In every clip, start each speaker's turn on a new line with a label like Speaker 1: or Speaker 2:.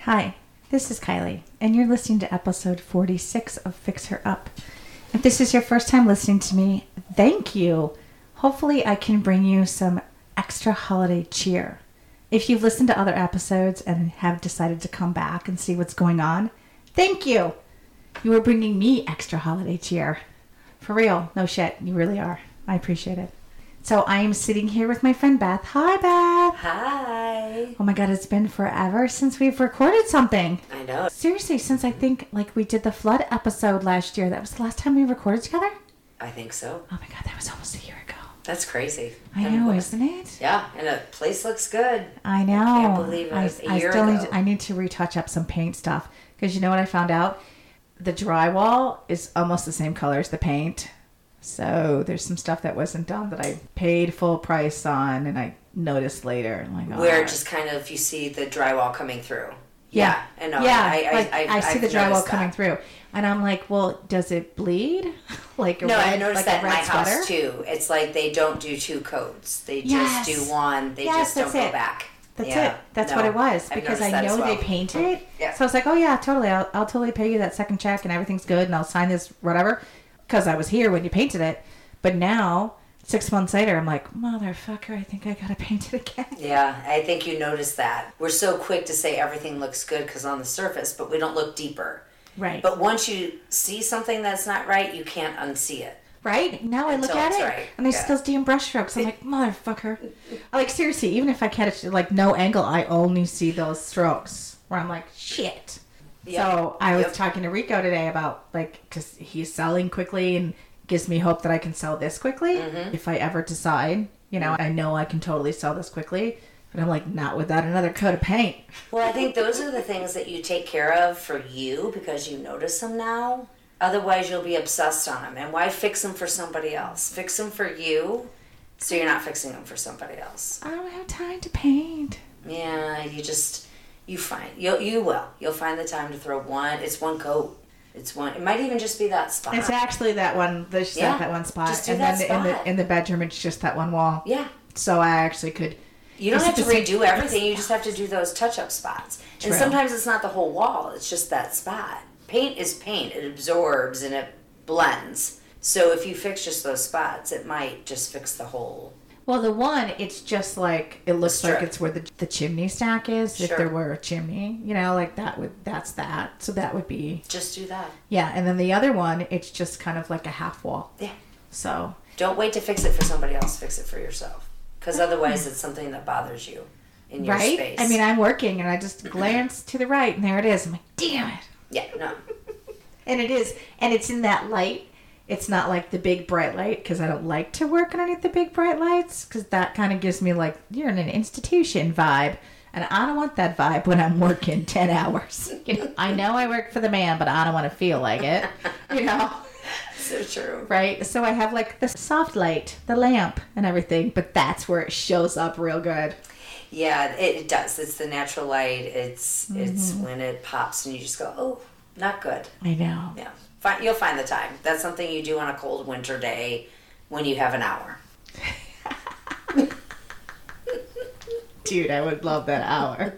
Speaker 1: Hi, this is Kylie, and you're listening to episode 46 of Fix Her Up. If this is your first time listening to me, thank you. Hopefully, I can bring you some extra holiday cheer. If you've listened to other episodes and have decided to come back and see what's going on, thank you. You are bringing me extra holiday cheer. For real, no shit, you really are. I appreciate it. So, I am sitting here with my friend Beth. Hi, Beth.
Speaker 2: Hi.
Speaker 1: Oh my god, it's been forever since we've recorded something.
Speaker 2: I know.
Speaker 1: Seriously, since I think like we did the flood episode last year, that was the last time we recorded together.
Speaker 2: I think so.
Speaker 1: Oh my god, that was almost a year ago.
Speaker 2: That's crazy.
Speaker 1: I
Speaker 2: And
Speaker 1: know,
Speaker 2: what-
Speaker 1: isn't it?
Speaker 2: Yeah, and the place looks good.
Speaker 1: I know.
Speaker 2: can't believe it was a
Speaker 1: I
Speaker 2: year
Speaker 1: still
Speaker 2: ago.
Speaker 1: Need, I need to retouch up some paint stuff because you know what I found out? The drywall is almost the same color as the paint. So there's some stuff that wasn't done that I paid full price on, and I noticed later. I'm like,
Speaker 2: Where
Speaker 1: "Oh,
Speaker 2: it just kind of you see the drywall coming through.
Speaker 1: Yeah,
Speaker 2: And no,
Speaker 1: yeah,
Speaker 2: I, I,
Speaker 1: like,
Speaker 2: I,
Speaker 1: I, see
Speaker 2: I've
Speaker 1: the drywall
Speaker 2: noticed
Speaker 1: coming
Speaker 2: that.
Speaker 1: through, and I'm like, well, does it bleed? like a
Speaker 2: No,
Speaker 1: red,
Speaker 2: I
Speaker 1: like
Speaker 2: noticed that
Speaker 1: a
Speaker 2: in
Speaker 1: red
Speaker 2: my
Speaker 1: sweater?
Speaker 2: house too. It's like they don't do two coats. They
Speaker 1: Yes.
Speaker 2: just do one. They
Speaker 1: Yes,
Speaker 2: just don't
Speaker 1: that's
Speaker 2: go
Speaker 1: it.
Speaker 2: back.
Speaker 1: That's
Speaker 2: Yeah,
Speaker 1: it. That's
Speaker 2: no,
Speaker 1: what it was
Speaker 2: I've
Speaker 1: because
Speaker 2: noticed
Speaker 1: I
Speaker 2: that
Speaker 1: know
Speaker 2: as
Speaker 1: they
Speaker 2: well.
Speaker 1: paint it.
Speaker 2: Yeah.
Speaker 1: So I was like, oh yeah, totally. I'll, I'll totally pay you that second check and everything's good and I'll sign this whatever because I was here when you painted it. But now six months later, I'm like, motherfucker, I think I gotta paint it again.
Speaker 2: Yeah, I think you noticed that. We're so quick to say everything looks good because on the surface, but we don't look deeper.
Speaker 1: Right.
Speaker 2: But once you see something that's not right, you can't unsee it.
Speaker 1: Right now, I look
Speaker 2: Until
Speaker 1: at
Speaker 2: it's
Speaker 1: it
Speaker 2: right,
Speaker 1: and there's
Speaker 2: yeah.
Speaker 1: still damn brush strokes. I'm like, motherfucker. I like seriously, even if I catch it like no angle, I only see those strokes where I'm like, shit. So
Speaker 2: Yep.
Speaker 1: I was
Speaker 2: Yep.
Speaker 1: talking to Rico today about like because he's selling quickly and gives me hope that I can sell this quickly
Speaker 2: Mm-hmm.
Speaker 1: if I ever decide. You know, I know I can totally sell this quickly, but I'm like, not without another coat of paint.
Speaker 2: Well, I think those are the things that you take care of for you because you notice them now. Otherwise, you'll be obsessed on them. And why fix them for somebody else? Fix them for you so you're not fixing them for somebody else.
Speaker 1: I don't have time to paint.
Speaker 2: Yeah, you just, you find, you'll, you will. You'll find the time to throw one. It's one coat. It's one, it might even just be that spot.
Speaker 1: It's actually that one. There's
Speaker 2: Yeah,
Speaker 1: that one spot,
Speaker 2: just do
Speaker 1: and
Speaker 2: that
Speaker 1: then in
Speaker 2: spot.
Speaker 1: the in the bedroom, it's just that one wall.
Speaker 2: yeah.
Speaker 1: So I actually could.
Speaker 2: You don't
Speaker 1: Is
Speaker 2: have
Speaker 1: it
Speaker 2: to
Speaker 1: the same-
Speaker 2: redo everything. You just have to do those touch-up spots.
Speaker 1: True.
Speaker 2: And sometimes it's not the whole wall. It's just that spot. Paint is paint. It absorbs and it blends. So if you fix just those spots, it might just fix the whole.
Speaker 1: Well, the one, it's just like it looks
Speaker 2: Strip.
Speaker 1: like it's where the, the chimney stack is. If
Speaker 2: Sure.
Speaker 1: there were a chimney, you know, like that would that's that. So that would be
Speaker 2: Just do that.
Speaker 1: yeah. And then the other one, it's just kind of like a half wall.
Speaker 2: Yeah.
Speaker 1: So
Speaker 2: Don't wait to fix it for somebody else. Fix it for yourself. Because otherwise, it's something that bothers you in your
Speaker 1: Hmm. right.
Speaker 2: space.
Speaker 1: I mean, I'm working and I just glance to the right and there it is. I'm like, damn it.
Speaker 2: yeah, no.
Speaker 1: And it is, and it's in that light. It's not like the big bright light because I don't like to work underneath the big bright lights because that kind of gives me like you're in an institution vibe, and I don't want that vibe when I'm working ten hours. You know, I know I work for the man, but I don't want to feel like it. You know,
Speaker 2: So true.
Speaker 1: right? So I have like the soft light, the lamp, and everything, but that's where it shows up real good.
Speaker 2: Yeah, it, it does. It's the natural light. It's it's
Speaker 1: Mm-hmm.
Speaker 2: when it pops and you just go, oh, not good.
Speaker 1: I know.
Speaker 2: Yeah, find, you'll find the time. That's something you do on a cold winter day when you have an hour.
Speaker 1: Dude, I would love that hour.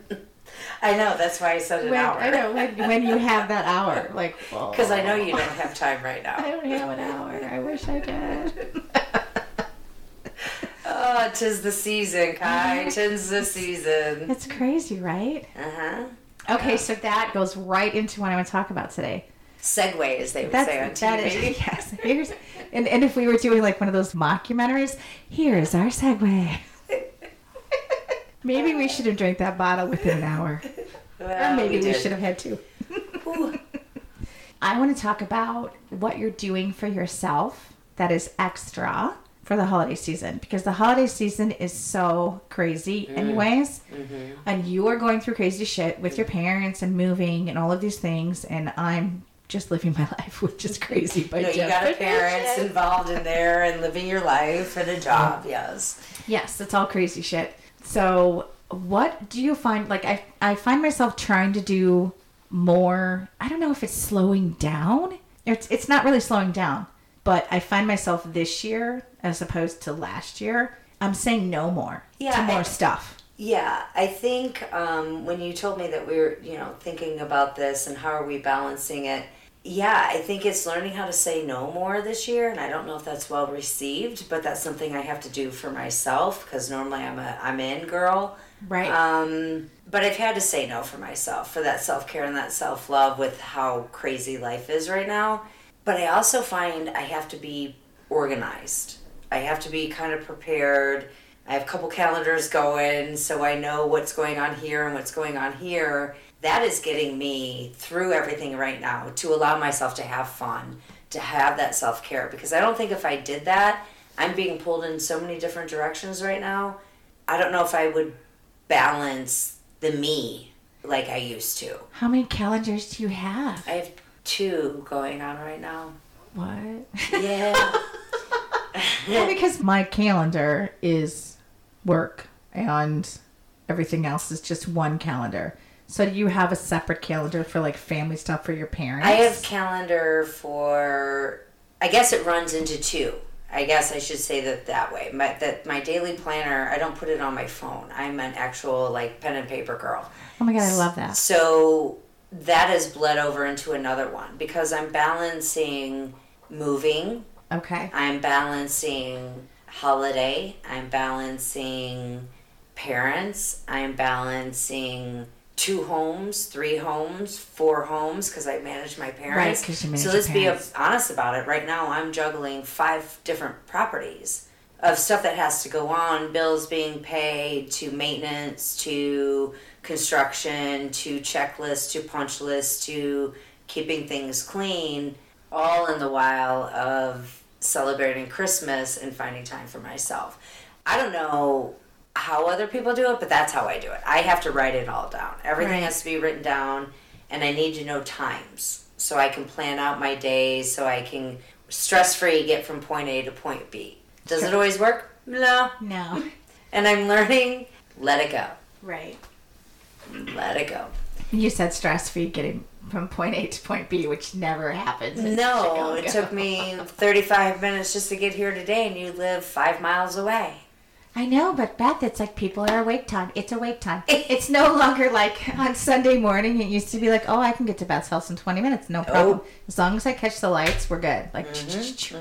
Speaker 2: I know. That's why I said an
Speaker 1: When, I
Speaker 2: hour.
Speaker 1: know when, when you have that hour, like
Speaker 2: Because I know you don't have time right
Speaker 1: I
Speaker 2: now.
Speaker 1: don't have an hour. I wish I did.
Speaker 2: Oh, tis the season, Kai. Tis the season.
Speaker 1: It's crazy, right?
Speaker 2: Uh huh.
Speaker 1: Okay, so that goes right into what I want to talk about today.
Speaker 2: Segway, as they would say on
Speaker 1: That's
Speaker 2: TV.
Speaker 1: that is yes. Here's and, and if we were doing like one of those mockumentaries, here is our segue. maybe we should have drank that bottle within an hour,
Speaker 2: Well,
Speaker 1: or maybe we
Speaker 2: did.
Speaker 1: should have had two.
Speaker 2: Ooh.
Speaker 1: I want to talk about what you're doing for yourself that is extra for the holiday season because the holiday season is so crazy, anyways. And you are going through crazy shit with your parents and moving and all of these things. And I'm just living my life, which is crazy. By
Speaker 2: No, you
Speaker 1: just
Speaker 2: got a parents involved in there and living your life and a job. Yes.
Speaker 1: Yes, it's all crazy shit. So, what do you find? Like, I, I find myself trying to do more. I don't know if it's slowing down. It's, it's not really slowing down, but I find myself this year as opposed to last year. I'm saying no more
Speaker 2: Yeah,
Speaker 1: to more
Speaker 2: I-
Speaker 1: stuff.
Speaker 2: Yeah, I think um, when you told me that we were, you know, thinking about this and how are we balancing it, yeah, I think it's learning how to say no more this year, and I don't know if that's well received, but that's something I have to do for myself because normally I'm a I'm in girl.
Speaker 1: Right.
Speaker 2: Um, but I've had to say no for myself for that self care and that self love with how crazy life is right now. But I also find I have to be organized. I have to be kind of prepared. I have a couple calendars going, so I know what's going on here and what's going on here. That is getting me through everything right now to allow myself to have fun, to have that self care. Because I don't think if I did that, I'm being pulled in so many different directions right now. I don't know if I would balance the me like I used to.
Speaker 1: How many calendars do you have?
Speaker 2: I have two going on right now.
Speaker 1: What?
Speaker 2: Yeah.
Speaker 1: Well, because my calendar is work and everything else is just one calendar. So do you have a separate calendar for like family stuff for your parents?
Speaker 2: I have calendar for. I guess it runs into two. I guess I should say that that way. My, that my daily planner, I don't put it on my phone. I'm an actual like pen and paper girl.
Speaker 1: Oh my god, I love that.
Speaker 2: So that has bled over into another one because I'm balancing moving.
Speaker 1: Okay.
Speaker 2: I'm balancing holiday. I'm balancing parents. I'm balancing two homes, three homes, four homes because I manage my parents.
Speaker 1: 'cause you manage
Speaker 2: so
Speaker 1: your
Speaker 2: let's be
Speaker 1: parents.
Speaker 2: honest about it. Right now, I'm juggling five different properties of stuff that has to go on bills being paid, to maintenance, to construction, to checklists, to punch lists, to keeping things clean, all in the while of celebrating Christmas and finding time for myself. I don't know how other people do it, but that's how I do it. I have to write it all down. Everything
Speaker 1: Right.
Speaker 2: has to be written down, and I need to know times so I can plan out my days, so I can stress free get from point A to point B. Does it always work? No.
Speaker 1: No.
Speaker 2: And I'm learning, let it go.
Speaker 1: Right.
Speaker 2: Let it go.
Speaker 1: You said stress free getting from point A to point B, which never happens. in
Speaker 2: No, it
Speaker 1: Chicago.
Speaker 2: took me 35 minutes just to get here today, and you live five miles away.
Speaker 1: I know, but Beth, it's like people are awake time. It's awake time. It's no longer like on Sunday morning. It used to be like, oh, I can get to Beth's house in 20 minutes, no problem. As long as I catch the lights, we're good. Like,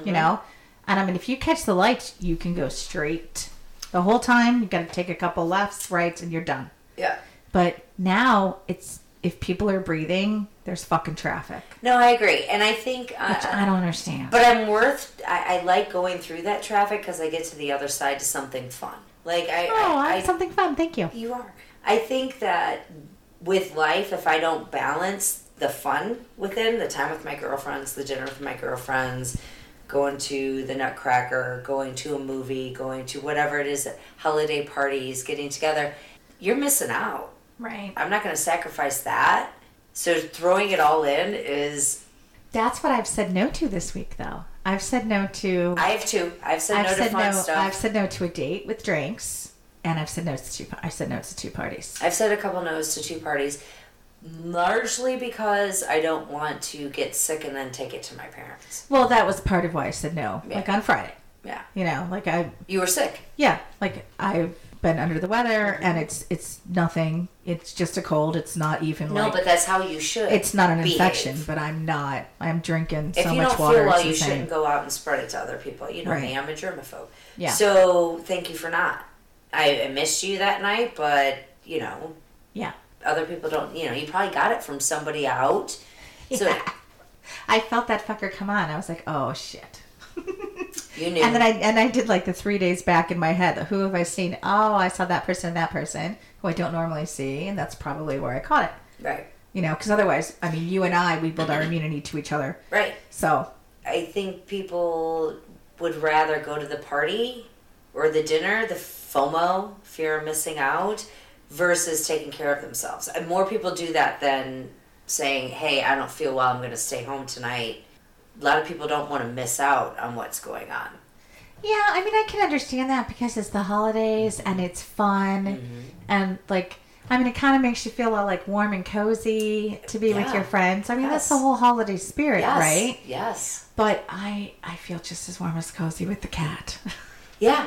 Speaker 1: you know? And I mean, if you catch the lights, you can go straight the whole time. You got to take a couple lefts, rights, and you're done.
Speaker 2: Yeah.
Speaker 1: But now it's if people are breathing, there's fucking traffic,
Speaker 2: No, I agree. And I think. Uh,
Speaker 1: which I don't understand.
Speaker 2: But I'm worth. I, I like going through that traffic because I get to the other side to something fun. Like I,
Speaker 1: oh,
Speaker 2: I,
Speaker 1: I,
Speaker 2: I-
Speaker 1: something fun. Thank you.
Speaker 2: you are. I think that with life, if I don't balance the fun within the time with my girlfriends, the dinner with my girlfriends, going to the Nutcracker, going to a movie, going to whatever it is, holiday parties, getting together, you're missing out.
Speaker 1: Right.
Speaker 2: I'm not going to sacrifice that. So throwing it all in is.
Speaker 1: That's what I've said no to this week, though. I've said no to.
Speaker 2: I have two. I've said
Speaker 1: I've
Speaker 2: no to
Speaker 1: said no.
Speaker 2: fun stuff.
Speaker 1: I've said no to a date with drinks, and I've said no to two. I said no to two parties.
Speaker 2: I've said a couple no's to two parties, largely because I don't want to get sick and then take it to my parents.
Speaker 1: Well, that was part of why I said no. Like on Friday,
Speaker 2: Yeah.
Speaker 1: you know, like I,
Speaker 2: You were sick.
Speaker 1: yeah, like I've been under the weather,
Speaker 2: Mm-hmm.
Speaker 1: and it's it's nothing. It's just a cold. It's not even
Speaker 2: No,
Speaker 1: like
Speaker 2: but that's how you should.
Speaker 1: it's not an
Speaker 2: behave.
Speaker 1: infection. But I'm not. I'm drinking
Speaker 2: If
Speaker 1: so
Speaker 2: you
Speaker 1: much
Speaker 2: don't
Speaker 1: water.
Speaker 2: feel well,
Speaker 1: it's
Speaker 2: you
Speaker 1: insane.
Speaker 2: shouldn't go out and spread it to other people. You know me,
Speaker 1: Right.
Speaker 2: I'm a germaphobe.
Speaker 1: Yeah.
Speaker 2: So thank you for not. I I missed you that night, but you know,
Speaker 1: Yeah,
Speaker 2: other people don't. You know, you probably got it from somebody out. So
Speaker 1: I felt that fucker come on. I was like, oh shit.
Speaker 2: you knew.
Speaker 1: And then I and I did like the three days back in my head. Who have I seen? Oh, I saw that person, and that person who I don't normally see, and that's probably where I caught it.
Speaker 2: right.
Speaker 1: You know, because otherwise, I mean, you and I, we build our immunity to each other.
Speaker 2: Right.
Speaker 1: So
Speaker 2: I think people would rather go to the party or the dinner, the FOMO, fear of missing out, versus taking care of themselves. And more people do that than saying, hey, I don't feel well, I'm going to stay home tonight. A lot of people don't want to miss out on what's going on.
Speaker 1: yeah, I mean, I can understand that because it's the holidays and it's fun, and like, I mean, it kind of makes you feel all like warm and cozy to be
Speaker 2: Yeah.
Speaker 1: with your friends. I mean, that's the
Speaker 2: Yes.
Speaker 1: whole holiday spirit,
Speaker 2: Yes.
Speaker 1: right?
Speaker 2: Yes.
Speaker 1: But I I feel just as warm as cozy with the cat.
Speaker 2: Yeah.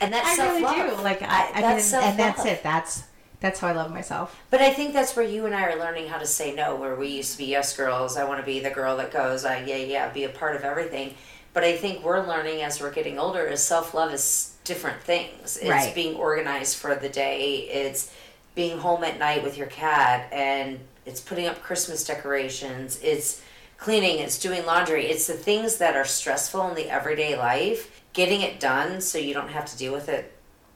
Speaker 2: and that's
Speaker 1: I really
Speaker 2: self-love.
Speaker 1: do. Like I, I
Speaker 2: That's
Speaker 1: mean, and that's
Speaker 2: self-love.
Speaker 1: it. That's that's how I love myself.
Speaker 2: But I think that's where you and I are learning how to say no, where we used to be yes girls. I want to be the girl that goes, I, yeah, yeah, be a part of everything. But I think we're learning as we're getting older is self love is different things. It's
Speaker 1: Right.
Speaker 2: being organized for the day, it's being home at night with your cat, and it's putting up Christmas decorations, it's cleaning, it's doing laundry. It's the things that are stressful in the everyday life, getting it done so you don't have to deal with it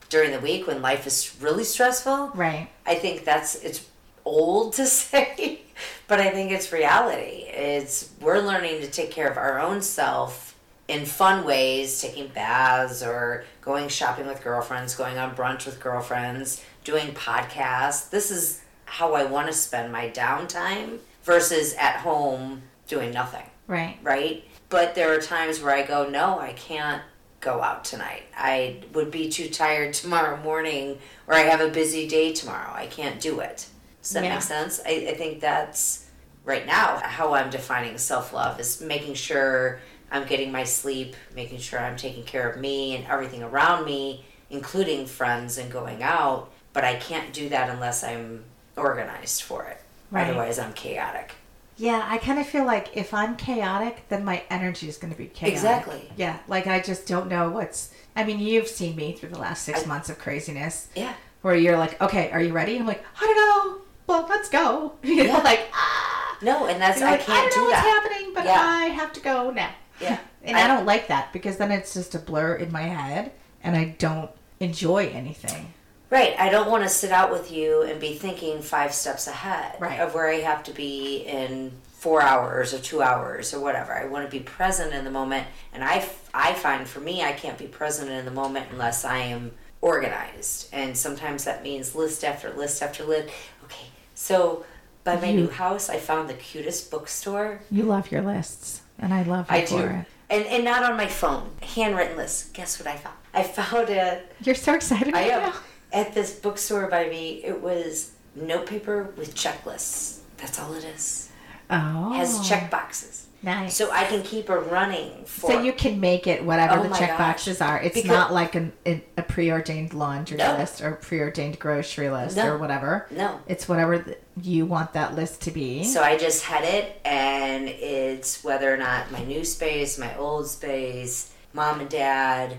Speaker 2: during the week when life is really stressful.
Speaker 1: Right.
Speaker 2: I think that's it's old to say, but I think it's reality. It's we're learning to take care of our own self in fun ways, taking baths or going shopping with girlfriends, going on brunch with girlfriends, doing podcasts. This is how I want to spend my downtime versus at home doing nothing
Speaker 1: Right.
Speaker 2: right? But there are times where I go, no, I can't go out tonight. I would be too tired tomorrow morning, or I have a busy day tomorrow. I can't do it. Does that
Speaker 1: Yeah.
Speaker 2: make sense? I, I think that's right now how I'm defining self love is making sure I'm getting my sleep, making sure I'm taking care of me and everything around me, including friends and going out. But I can't do that unless I'm organized for it.
Speaker 1: Right.
Speaker 2: Otherwise, I'm chaotic.
Speaker 1: Yeah, I kind of feel like if I'm chaotic, then my energy is going to be chaotic.
Speaker 2: Exactly.
Speaker 1: Yeah, like I just don't know what's. I mean, you've seen me through the last six months of craziness,
Speaker 2: Yeah.
Speaker 1: where you're like, "Okay, are you ready?" I'm like, "I don't know." Well, let's go. You know,
Speaker 2: Yeah.
Speaker 1: like ah.
Speaker 2: No, and that's
Speaker 1: You're
Speaker 2: I
Speaker 1: like,
Speaker 2: can't
Speaker 1: I don't know
Speaker 2: do
Speaker 1: what's
Speaker 2: that.
Speaker 1: happening, but
Speaker 2: Yeah.
Speaker 1: I have to go now.
Speaker 2: Yeah.
Speaker 1: And I, don't like that because then it's just a blur in my head, and I don't enjoy anything.
Speaker 2: Right. I don't want to sit out with you and be thinking five steps ahead
Speaker 1: Right.
Speaker 2: of where I have to be in four hours or two hours or whatever. I want to be present in the moment. And I, f- I find for me, I can't be present in the moment unless I am organized. And sometimes that means list after list after list. Okay. So by my new house, I found the cutest bookstore.
Speaker 1: You love your lists, and I love you
Speaker 2: I
Speaker 1: for
Speaker 2: do. And, and not on my phone, handwritten list. Guess what I found? I found a
Speaker 1: it. You're so excited.
Speaker 2: I
Speaker 1: right
Speaker 2: am
Speaker 1: now.
Speaker 2: at this bookstore by me. It was notepaper with checklists. That's all it is.
Speaker 1: Oh,
Speaker 2: It has check boxes,
Speaker 1: Nice.
Speaker 2: so I can keep a running for.
Speaker 1: So you can make it whatever
Speaker 2: Oh
Speaker 1: the
Speaker 2: my
Speaker 1: check
Speaker 2: gosh.
Speaker 1: boxes are. It's
Speaker 2: Because-
Speaker 1: not like an, an, a preordained laundry
Speaker 2: No.
Speaker 1: list or preordained grocery list
Speaker 2: No.
Speaker 1: or whatever.
Speaker 2: No.
Speaker 1: It's whatever th- you want that list to be.
Speaker 2: So I just had it, and it's whether or not my new space, my old space, mom and dad,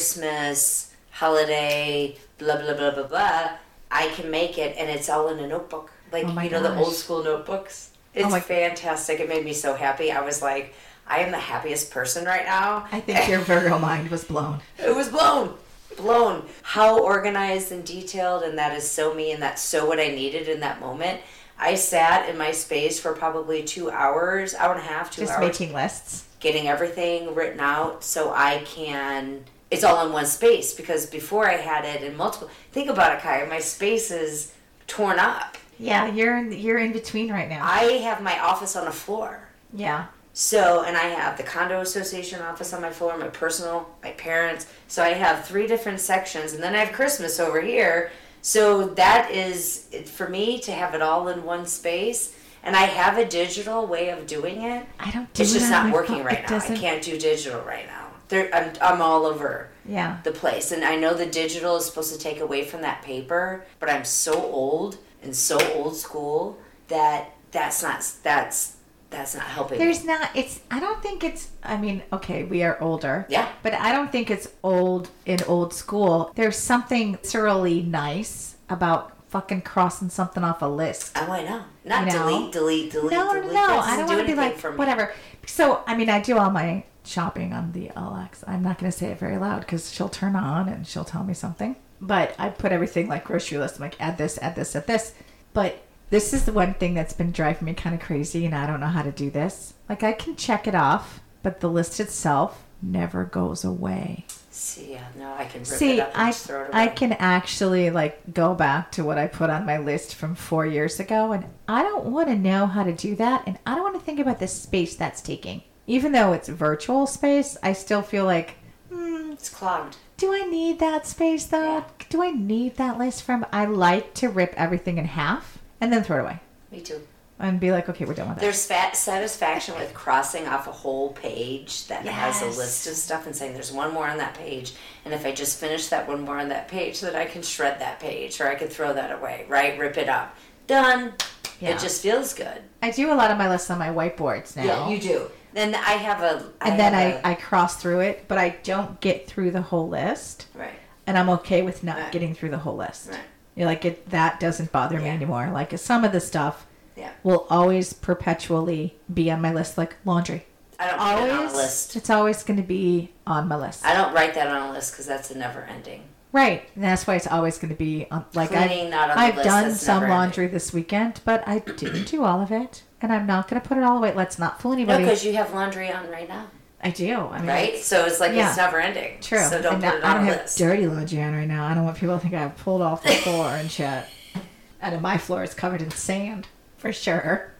Speaker 2: Christmas, holiday, blah blah blah blah blah. I can make it, and it's all in a notebook, like
Speaker 1: Oh my
Speaker 2: you know the
Speaker 1: gosh. Oh
Speaker 2: old school notebooks. It's
Speaker 1: my-
Speaker 2: fantastic. It made me so happy. I was like, I am the happiest person right now.
Speaker 1: I think your Virgo mind was blown.
Speaker 2: It was blown. Blown. How organized and detailed, and that is so me, and that's so what I needed in that moment. I sat in my space for probably two hours, hour and a half, two
Speaker 1: Just
Speaker 2: hours,
Speaker 1: making lists.
Speaker 2: getting everything written out so I can. It's all in one space because before I had it in multiple. Think about it, Kai. My space is torn up.
Speaker 1: Yeah, you're in, you're in between right now.
Speaker 2: I have my office on a floor.
Speaker 1: yeah.
Speaker 2: So, and I have the condo association office on my floor, my personal, my parents. So I have three different sections, and then I have Christmas over here. So that is it- for me to have it all in one space. And I have a digital way of doing it.
Speaker 1: I don't do
Speaker 2: It's
Speaker 1: it on
Speaker 2: just not
Speaker 1: my
Speaker 2: working
Speaker 1: phone.
Speaker 2: right
Speaker 1: It
Speaker 2: now. I
Speaker 1: doesn't-
Speaker 2: can't do digital right now. There, I'm, I'm all over
Speaker 1: Yeah.
Speaker 2: the place. And I know the digital is supposed to take away from that paper, but I'm so old and so old school that that's not that's that's not helping. me.
Speaker 1: There's not, it's, I don't think it's, I mean, okay, we are older.
Speaker 2: Yeah.
Speaker 1: But I don't think it's old in old school. There's something thoroughly nice about fucking crossing something off a list.
Speaker 2: Oh, I know. Not
Speaker 1: You know?
Speaker 2: delete, delete, delete,
Speaker 1: No, no,
Speaker 2: delete.
Speaker 1: no.
Speaker 2: That
Speaker 1: I don't
Speaker 2: doesn't do
Speaker 1: want to be
Speaker 2: anything
Speaker 1: like
Speaker 2: for me.
Speaker 1: whatever. So I mean, I do all my shopping on the Alexa. I'm not going to say it very loud because she'll turn on and she'll tell me something. But I put everything like grocery list. I'm like, add this, add this, add this. But this is the one thing that's been driving me kind of crazy, and I don't know how to do this. Like I can check it off, but the list itself never goes away.
Speaker 2: See, yeah, no, I can rip
Speaker 1: See,
Speaker 2: it up and
Speaker 1: I
Speaker 2: just throw it away.
Speaker 1: I can actually like go back to what I put on my list from four years ago, and I don't want to know how to do that, and I don't want to think about the space that's taking. Even though it's virtual space, I still feel like, hmm,
Speaker 2: It's clogged.
Speaker 1: do I need that space though?
Speaker 2: Yeah.
Speaker 1: Do I need that list from? I like to rip everything in half and then throw it away.
Speaker 2: Me too.
Speaker 1: and be like, okay, we're done with that.
Speaker 2: There's fat satisfaction with crossing off a whole page that has
Speaker 1: Yes.
Speaker 2: a list of stuff and saying there's one more on that page, and if I just finish that one more on that page, that I can shred that page or I could throw that away, right? Rip it up, done.
Speaker 1: Yeah.
Speaker 2: It just feels good.
Speaker 1: I do a lot of my lists on my whiteboards now.
Speaker 2: Yeah, you do. Then I have a. I
Speaker 1: and then
Speaker 2: have
Speaker 1: I, I cross through it, but I don't get through the whole list.
Speaker 2: a- right.
Speaker 1: And I'm okay with not
Speaker 2: Right.
Speaker 1: getting through the whole list.
Speaker 2: Right.
Speaker 1: You're like, it, that doesn't bother me
Speaker 2: Yeah.
Speaker 1: anymore. Like, some of the stuff
Speaker 2: Yeah.
Speaker 1: will always perpetually be on my list, like laundry.
Speaker 2: I don't put it on
Speaker 1: Always.
Speaker 2: a list.
Speaker 1: It's always going to be on my list.
Speaker 2: I don't write that on a list because that's a never ending.
Speaker 1: Right. And that's why it's always going to be on, like
Speaker 2: Cleaning,
Speaker 1: I've,
Speaker 2: not on the
Speaker 1: I've
Speaker 2: list,
Speaker 1: done
Speaker 2: that's
Speaker 1: some
Speaker 2: never ending.
Speaker 1: laundry this weekend, but I didn't do all of it. And I'm not going to put it all away. Let's not fool
Speaker 2: No,
Speaker 1: anybody.
Speaker 2: because you have laundry on right now,
Speaker 1: I do. I mean,
Speaker 2: right? So it's like
Speaker 1: Yeah.
Speaker 2: it's never ending.
Speaker 1: True.
Speaker 2: So don't
Speaker 1: And
Speaker 2: put
Speaker 1: I-
Speaker 2: it
Speaker 1: I
Speaker 2: on
Speaker 1: don't
Speaker 2: a
Speaker 1: have
Speaker 2: list.
Speaker 1: dirty laundry on right now. I don't want people to think I pulled off the floor and shit. And my floor is covered in sand for sure.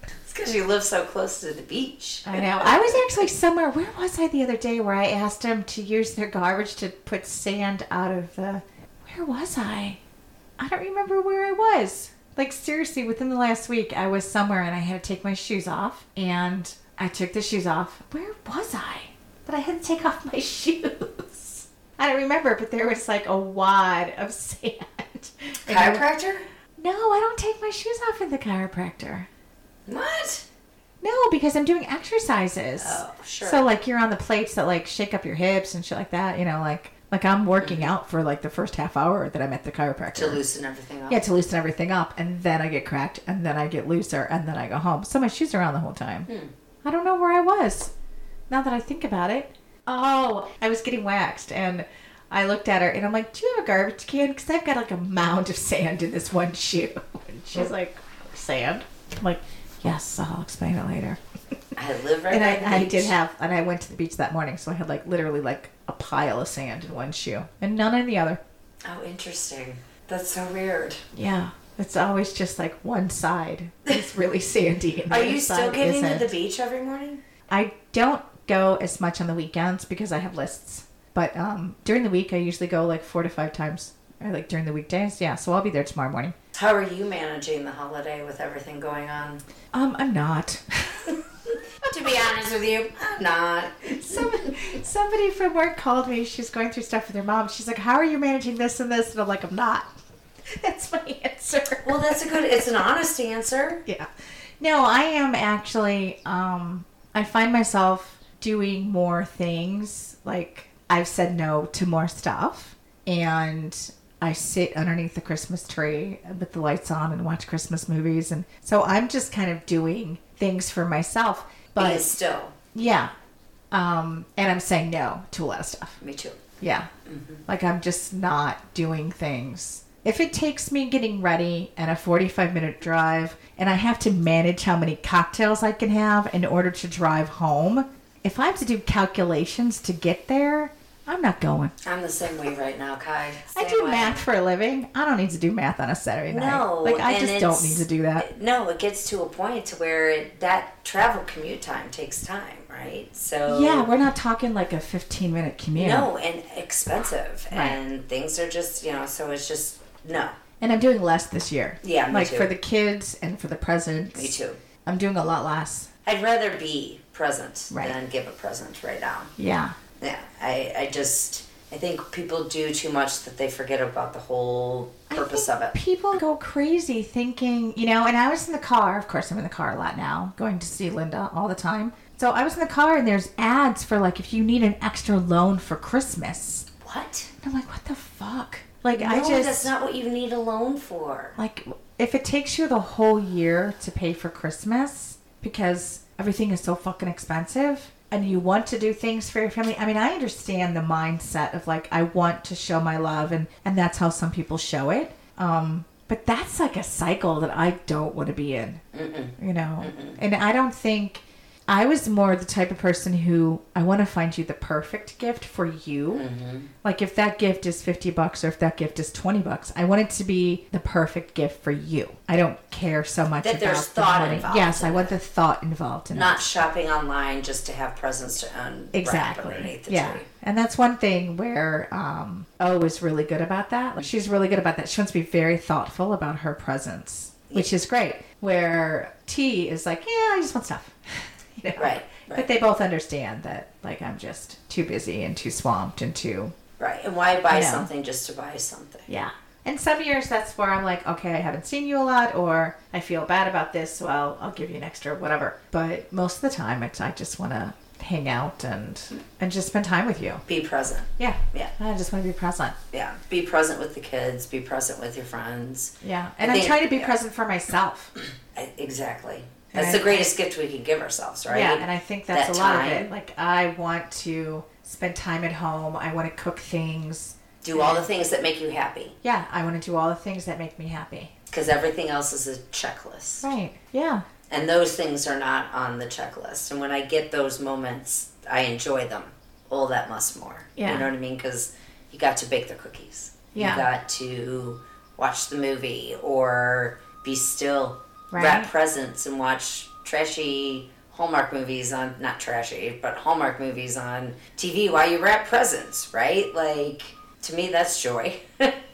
Speaker 2: It's because you live so close to the beach.
Speaker 1: I know. I was actually somewhere. Where was I the other day? Where I asked them to use their garbage to put sand out of the. Where was I? I don't remember where I was. Like seriously, within the last week, I was somewhere and I had to take my shoes off, and I took the shoes off. Where was I? But I had to take off my shoes. I don't remember, but there was like a wad of sand. And I-
Speaker 2: Chiropractor?
Speaker 1: No, I don't take my shoes off at the chiropractor.
Speaker 2: What?
Speaker 1: No, because I'm doing exercises.
Speaker 2: Oh, sure.
Speaker 1: So like you're on the plates that like shake up your hips and shit like that. You know, like like I'm working
Speaker 2: Mm-hmm.
Speaker 1: out for like the first half hour that I'm at the chiropractor.
Speaker 2: To loosen everything up.
Speaker 1: Yeah, to loosen everything up, and then I get cracked, and then I get looser, and then I go home. So my shoes are on the whole time.
Speaker 2: Hmm.
Speaker 1: I don't know where I was. Now that I think about it, oh, I was getting waxed, and I looked at her, and I'm like, "Do you have a garbage can? Because I've got like a mound of sand in this one shoe." And she's like, "Sand." I'm like, "Yes, I'll explain it later."
Speaker 2: I live right
Speaker 1: And
Speaker 2: by the
Speaker 1: I, I
Speaker 2: beach.
Speaker 1: did have, and I went to the beach that morning, so I had like literally like a pile of sand in one shoe and none in the other.
Speaker 2: Oh, interesting. That's so weird.
Speaker 1: Yeah, it's always just like one side is really sandy. And the
Speaker 2: Are
Speaker 1: other
Speaker 2: you still
Speaker 1: side
Speaker 2: getting
Speaker 1: isn't.
Speaker 2: to the beach every morning?
Speaker 1: I don't go as much on the weekends because I have lists. But um, during the week, I usually go like four to five times. Or like during the weekdays, yeah. So I'll be there tomorrow morning.
Speaker 2: How are you managing the holiday with everything going on?
Speaker 1: Um, I'm not.
Speaker 2: to be honest with you, I'm not.
Speaker 1: Somebody, somebody from work called me. She's going through stuff with her mom. She's like, "How are you managing this and this?" And I'm like, "I'm not." That's my answer.
Speaker 2: Well, that's a good, it's an honest answer.
Speaker 1: yeah no i am actually um i find myself doing more things like i've said no to more stuff and i sit underneath the christmas tree with the lights on and watch christmas movies and so i'm just kind of doing things for myself but
Speaker 2: But still,
Speaker 1: yeah um and i'm saying no to a lot of stuff
Speaker 2: me too.
Speaker 1: yeah.
Speaker 2: Mm-hmm.
Speaker 1: Like I'm just not doing things. If it takes me getting ready and a 45 minute drive and I have to manage how many cocktails I can have in order to drive home, if I have to do calculations to get there, I'm not going.
Speaker 2: I'm the same way right now, Kai.
Speaker 1: I
Speaker 2: Same
Speaker 1: do
Speaker 2: way.
Speaker 1: math for a living. I don't need to do math on a Saturday night.
Speaker 2: No,
Speaker 1: Like I
Speaker 2: and
Speaker 1: just don't
Speaker 2: it's-
Speaker 1: need to do that.
Speaker 2: No, it gets to a point to where it, that travel commute time takes time, right? So
Speaker 1: Yeah, we're not talking like a 15 minute commute.
Speaker 2: No, and expensive,
Speaker 1: Right.
Speaker 2: and things are just you know. So it's just no.
Speaker 1: And I'm doing less this year.
Speaker 2: Yeah, me
Speaker 1: like
Speaker 2: too.
Speaker 1: for the kids and for the presents.
Speaker 2: Me too.
Speaker 1: I'm doing a lot less.
Speaker 2: I'd rather be present
Speaker 1: Right.
Speaker 2: than give a present right now.
Speaker 1: Yeah.
Speaker 2: Yeah, I I just I think people do too much that they forget about the whole
Speaker 1: I
Speaker 2: purpose
Speaker 1: think
Speaker 2: of it.
Speaker 1: People go crazy thinking, you know, and I was in the car. Of course, I'm in the car a lot now, going to see Linda all the time. So I was in the car, and there's ads for like if you need an extra loan for Christmas.
Speaker 2: What?
Speaker 1: And I'm like, what the fuck? Like, I
Speaker 2: No, that's
Speaker 1: just,
Speaker 2: not what you need a loan for.
Speaker 1: like, if it takes you the whole year to pay for Christmas because everything is so fucking expensive and you want to do things for your family. I mean, I understand the mindset of like, I want to show my love, and, and that's how some people show it. Um, but that's like a cycle that I don't want to be in, you know? And I don't think. I was more the type of person who I want to find you the perfect gift for you. Like if that gift is 50 bucks or if that gift is 20 bucks, I want it to be the perfect gift for you. I don't care so much
Speaker 2: That
Speaker 1: about
Speaker 2: there's
Speaker 1: the
Speaker 2: thought
Speaker 1: money.
Speaker 2: involved
Speaker 1: Yes,
Speaker 2: in
Speaker 1: I want the thought involved in it.
Speaker 2: Not shopping online just to have presents to unwrap
Speaker 1: Exactly.
Speaker 2: underneath the
Speaker 1: Yeah.
Speaker 2: tree.
Speaker 1: And that's one thing where um, O is really good about that. Like, she's really good about that. She wants to be very thoughtful about her presents. which is great. Where T is like, yeah, I just want stuff. You know?
Speaker 2: Right, right.
Speaker 1: But they both understand that, like, I'm just too busy and too swamped and too.
Speaker 2: Right. And why buy
Speaker 1: know.
Speaker 2: something just to buy something?
Speaker 1: Yeah. And some years that's where I'm like, okay, I haven't seen you a lot, or I feel bad about this, so I'll, I'll give you an extra whatever. But most of the time, it's, I just want to hang out and and just spend time with you.
Speaker 2: Be present.
Speaker 1: Yeah.
Speaker 2: Yeah.
Speaker 1: I just want to be present.
Speaker 2: Yeah. Be present with the kids. Be present with your friends.
Speaker 1: Yeah. And
Speaker 2: I
Speaker 1: I'm
Speaker 2: think-
Speaker 1: trying to be
Speaker 2: yeah.
Speaker 1: present for myself.
Speaker 2: I- Exactly.
Speaker 1: And
Speaker 2: That's
Speaker 1: I-
Speaker 2: the greatest gift we can give ourselves, right?
Speaker 1: Yeah, and I think that's
Speaker 2: That
Speaker 1: a lot of
Speaker 2: time.
Speaker 1: it. Like I want to spend time at home. I want to cook things.
Speaker 2: Do all the things that make you happy
Speaker 1: Yeah, I want to do all the things that make me happy.
Speaker 2: because everything else is a checklist.
Speaker 1: Right. Yeah.
Speaker 2: And those things are not on the checklist. And when I get those moments, I enjoy them all that much more.
Speaker 1: Yeah.
Speaker 2: You know what I mean? Because you got to bake the cookies.
Speaker 1: Yeah.
Speaker 2: You got to watch the movie or be still,
Speaker 1: Right.
Speaker 2: wrap presents and watch trashy Hallmark movies on, not trashy, but Hallmark movies on TV while you wrap presents, right? Like, to me, that's joy.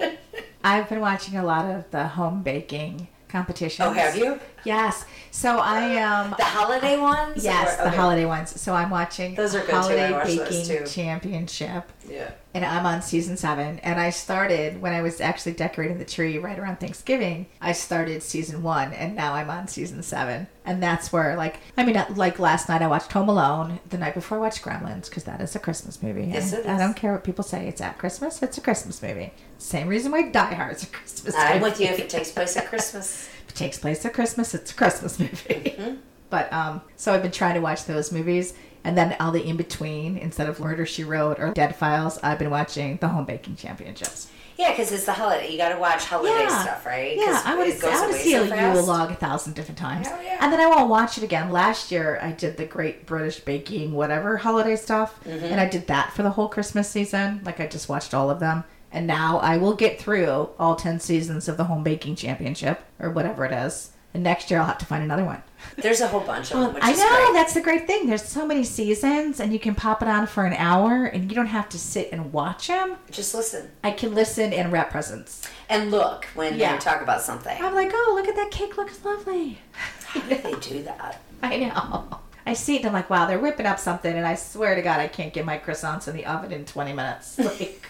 Speaker 1: I've been watching a lot of the home baking competitions.
Speaker 2: oh, have you?
Speaker 1: Yes. So I um
Speaker 2: The holiday ones?
Speaker 1: yes,
Speaker 2: Or-
Speaker 1: the
Speaker 2: okay.
Speaker 1: holiday ones. So I'm watching
Speaker 2: Those are good, too. I
Speaker 1: holiday
Speaker 2: watch those,
Speaker 1: baking
Speaker 2: too.
Speaker 1: championship.
Speaker 2: Yeah.
Speaker 1: and I'm on season seven. And I started when I was actually decorating the tree right around Thanksgiving. I started season one, and now I'm on season seven. And that's where, like, I mean, uh, like last night I watched Home Alone. The night before I watched Gremlins because that is a Christmas movie.
Speaker 2: Yes,
Speaker 1: And
Speaker 2: it
Speaker 1: I
Speaker 2: is.
Speaker 1: don't care what people say. It's at Christmas. It's a Christmas movie. Same reason why Die Hard's a Christmas.
Speaker 2: I'm
Speaker 1: movie.
Speaker 2: with you if it takes place at Christmas.
Speaker 1: If it takes place at Christmas. It's a Christmas movie. But um, so I've been trying to watch those movies. And then all the in between, instead of Murder She Wrote or Dead Files, I've been watching the Home Baking Championships.
Speaker 2: Yeah, because it's the holiday. You got to watch holiday stuff, right?
Speaker 1: Yeah,
Speaker 2: 'Cause
Speaker 1: I want
Speaker 2: it
Speaker 1: to.
Speaker 2: goes
Speaker 1: I want to
Speaker 2: away
Speaker 1: see
Speaker 2: so
Speaker 1: a
Speaker 2: fast.
Speaker 1: Yule log a thousand different times,
Speaker 2: Hell yeah.
Speaker 1: and then I won't watch it again. Last year, I did the Great British Baking whatever holiday stuff,
Speaker 2: Mm-hmm.
Speaker 1: and I did that for the whole Christmas season. Like I just watched all of them, and now I will get through all ten seasons of the Home Baking Championship or whatever it is. And next year, I'll have to find another one.
Speaker 2: There's a whole bunch of them, which
Speaker 1: Um, I
Speaker 2: is
Speaker 1: know
Speaker 2: great.
Speaker 1: that's the great thing. There's so many seasons, and you can pop it on for an hour, and you don't have to sit and watch them.
Speaker 2: Just listen
Speaker 1: I can listen and wrap presents.
Speaker 2: and look when
Speaker 1: Yeah.
Speaker 2: they talk about something. How
Speaker 1: I'm like, oh, look at that cake, looks lovely.
Speaker 2: do they do that?
Speaker 1: I know. I see it and I'm like, wow, they're whipping up something, and I swear to God, I can't get my croissants in the oven in 20 minutes. Like,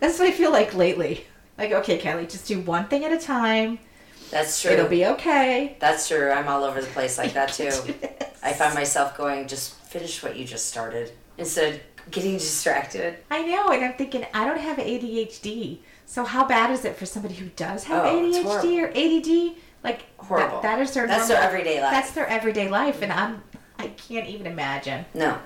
Speaker 1: that's what I feel like lately. Like, okay, Kelly, just do one thing at a time.
Speaker 2: That's true.
Speaker 1: It'll be okay.
Speaker 2: that's true. I'm all over the place like that too.
Speaker 1: Do this.
Speaker 2: I find myself going, just finish what you just started instead of getting distracted.
Speaker 1: I know, and I'm thinking, I don't have ADHD. So, how bad is it for somebody who does have
Speaker 2: Oh, it's
Speaker 1: ADHD or ADD? Like, that-
Speaker 2: Horrible.
Speaker 1: that is their
Speaker 2: That's
Speaker 1: normal-
Speaker 2: their everyday life.
Speaker 1: That's their everyday life, and I'm, I can't even imagine.
Speaker 2: No.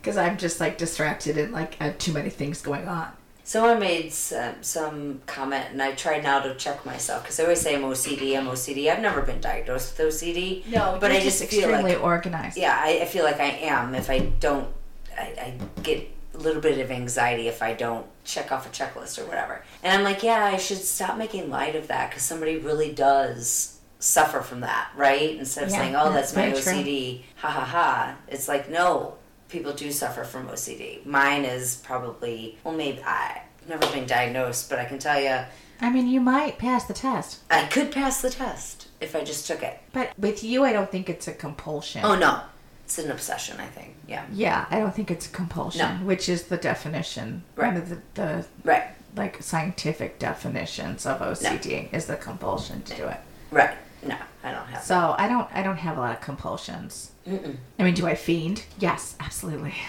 Speaker 1: because I'm just like distracted and like I have too many things going on.
Speaker 2: Someone made some, some comment, and I try now to check myself because I always say I'm OCD. I'm OCD. I've never been diagnosed with OCD. but I just, feel
Speaker 1: extremely
Speaker 2: like
Speaker 1: organized.
Speaker 2: yeah, I, I feel like I am. If I don't, I, I get a little bit of anxiety if I don't check off a checklist or whatever. And I'm like, yeah, I should stop making light of that because somebody really does suffer from that, right? Instead of
Speaker 1: Yeah,
Speaker 2: saying, oh,
Speaker 1: that's
Speaker 2: that's, my
Speaker 1: very true.
Speaker 2: OCD, ha ha ha. It's like, no, people do suffer from OCD. Mine is probably, well, maybe I. have Never been diagnosed, but I can tell you,
Speaker 1: I mean, you might pass the test,
Speaker 2: I could pass the test if I just took it.
Speaker 1: but with you, I don't think it's a compulsion.
Speaker 2: Oh no, it's an obsession. I think, yeah,
Speaker 1: Yeah, I don't think it's a compulsion,
Speaker 2: No.
Speaker 1: which is the definition. One
Speaker 2: Right.
Speaker 1: of the, the
Speaker 2: right,
Speaker 1: like scientific definitions of OCD is the compulsion to do it.
Speaker 2: right. No, I don't have.
Speaker 1: So I don't, I don't have a lot of compulsions. I mean, do I fiend? Yes, absolutely.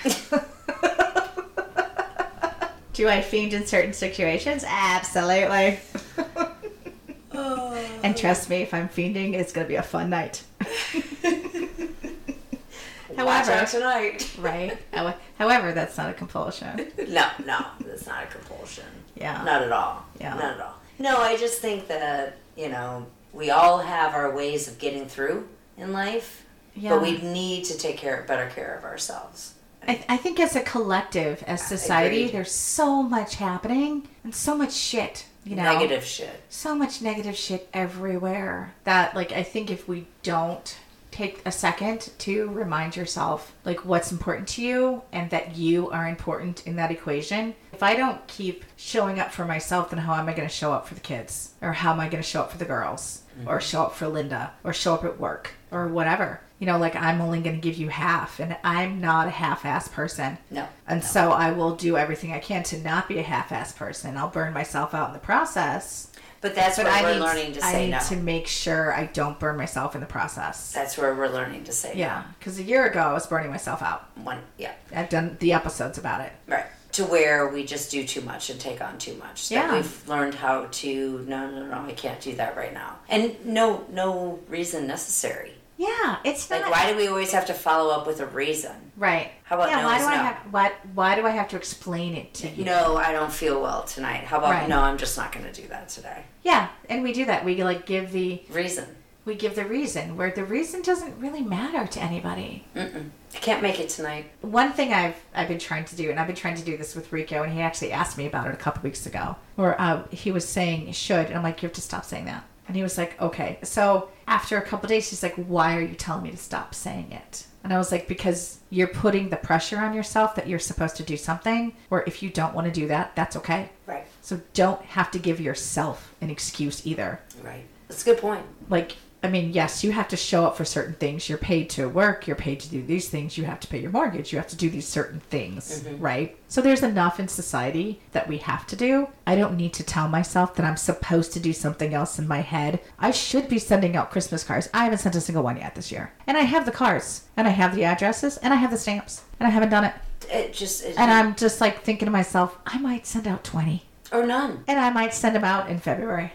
Speaker 1: do I fiend in certain situations? Absolutely. and trust me, if I'm fiending, it's gonna be a fun night.
Speaker 2: Watch
Speaker 1: however,
Speaker 2: out tonight.
Speaker 1: right? How- However, that's not a compulsion.
Speaker 2: No, no, that's not a compulsion.
Speaker 1: Yeah.
Speaker 2: Not at all.
Speaker 1: Oh. Yeah.
Speaker 2: Not at all. No, I just think that, you know, we all have our ways of getting through in life,
Speaker 1: Yeah.
Speaker 2: but we need to take care better care of ourselves.
Speaker 1: I, I think as a collective, as society,
Speaker 2: agreed.
Speaker 1: there's so much happening and so much shit. You know,
Speaker 2: Negative shit.
Speaker 1: so much negative shit everywhere that like i think if we don't take a second to remind yourself like what's important to you and that you are important in that equation if i don't keep showing up for myself then how am i going to show up for the kids or how am i going to show up for the girls or show up for Linda or show up at work or whatever. You know, like I'm only going to give you half and I'm not a half ass person.
Speaker 2: No.
Speaker 1: And so I will do everything I can to not be a half ass person. I'll burn myself out in the process.
Speaker 2: But that's
Speaker 1: But
Speaker 2: where
Speaker 1: I
Speaker 2: we're
Speaker 1: need,
Speaker 2: learning to
Speaker 1: I
Speaker 2: say
Speaker 1: need
Speaker 2: no.
Speaker 1: to make sure I don't burn myself in the process.
Speaker 2: That's where we're learning to say
Speaker 1: Yeah, because a year ago I was burning myself out.
Speaker 2: no. One, yeah,
Speaker 1: I've done the episodes about it.
Speaker 2: right. To where we just do too much and take on too much. That
Speaker 1: Yeah.
Speaker 2: we've learned how to no, no, no, I can't do that right now, and no, no reason necessary.
Speaker 1: Yeah, it's
Speaker 2: Like,
Speaker 1: not
Speaker 2: why do we always have to follow up with a reason?
Speaker 1: right.
Speaker 2: How about
Speaker 1: yeah?
Speaker 2: no
Speaker 1: why
Speaker 2: is
Speaker 1: do I
Speaker 2: no?
Speaker 1: have why Why do I have to explain it to you?
Speaker 2: No, I don't feel well tonight. How about
Speaker 1: Right.
Speaker 2: no? I'm just not going to do that today.
Speaker 1: Yeah, and we do that. We like give the
Speaker 2: Reason.
Speaker 1: we give the reason where the reason doesn't really matter to anybody.
Speaker 2: Mm-mm. I can't make it tonight.
Speaker 1: One thing I've I've been trying to do, and I've been trying to do this with Rico, and he actually asked me about it a couple weeks ago, or uh, he was saying should, and I'm like, you have to stop saying that, and he was like, okay. So after a couple days, he's like, why are you telling me to stop saying it? And I was like, because you're putting the pressure on yourself that you're supposed to do something, or if you don't want to do that, that's okay.
Speaker 2: Right.
Speaker 1: So don't have to give yourself an excuse either
Speaker 2: Right. That's a good point.
Speaker 1: like I mean, yes, you have to show up for certain things. You're paid to work, you're paid to do these things, you have to pay your mortgage, you have to do these certain things, right? So there's enough in society that we have to do. I don't need to tell myself that I'm supposed to do something else in my head. I should be sending out Christmas cards. I haven't sent a single one yet this year. And I have the cards, and I have the addresses, and I have the stamps, and I haven't done it.
Speaker 2: It just it,
Speaker 1: And I'm just like thinking to myself, I might send out 20
Speaker 2: or none.
Speaker 1: and I might send them out in February.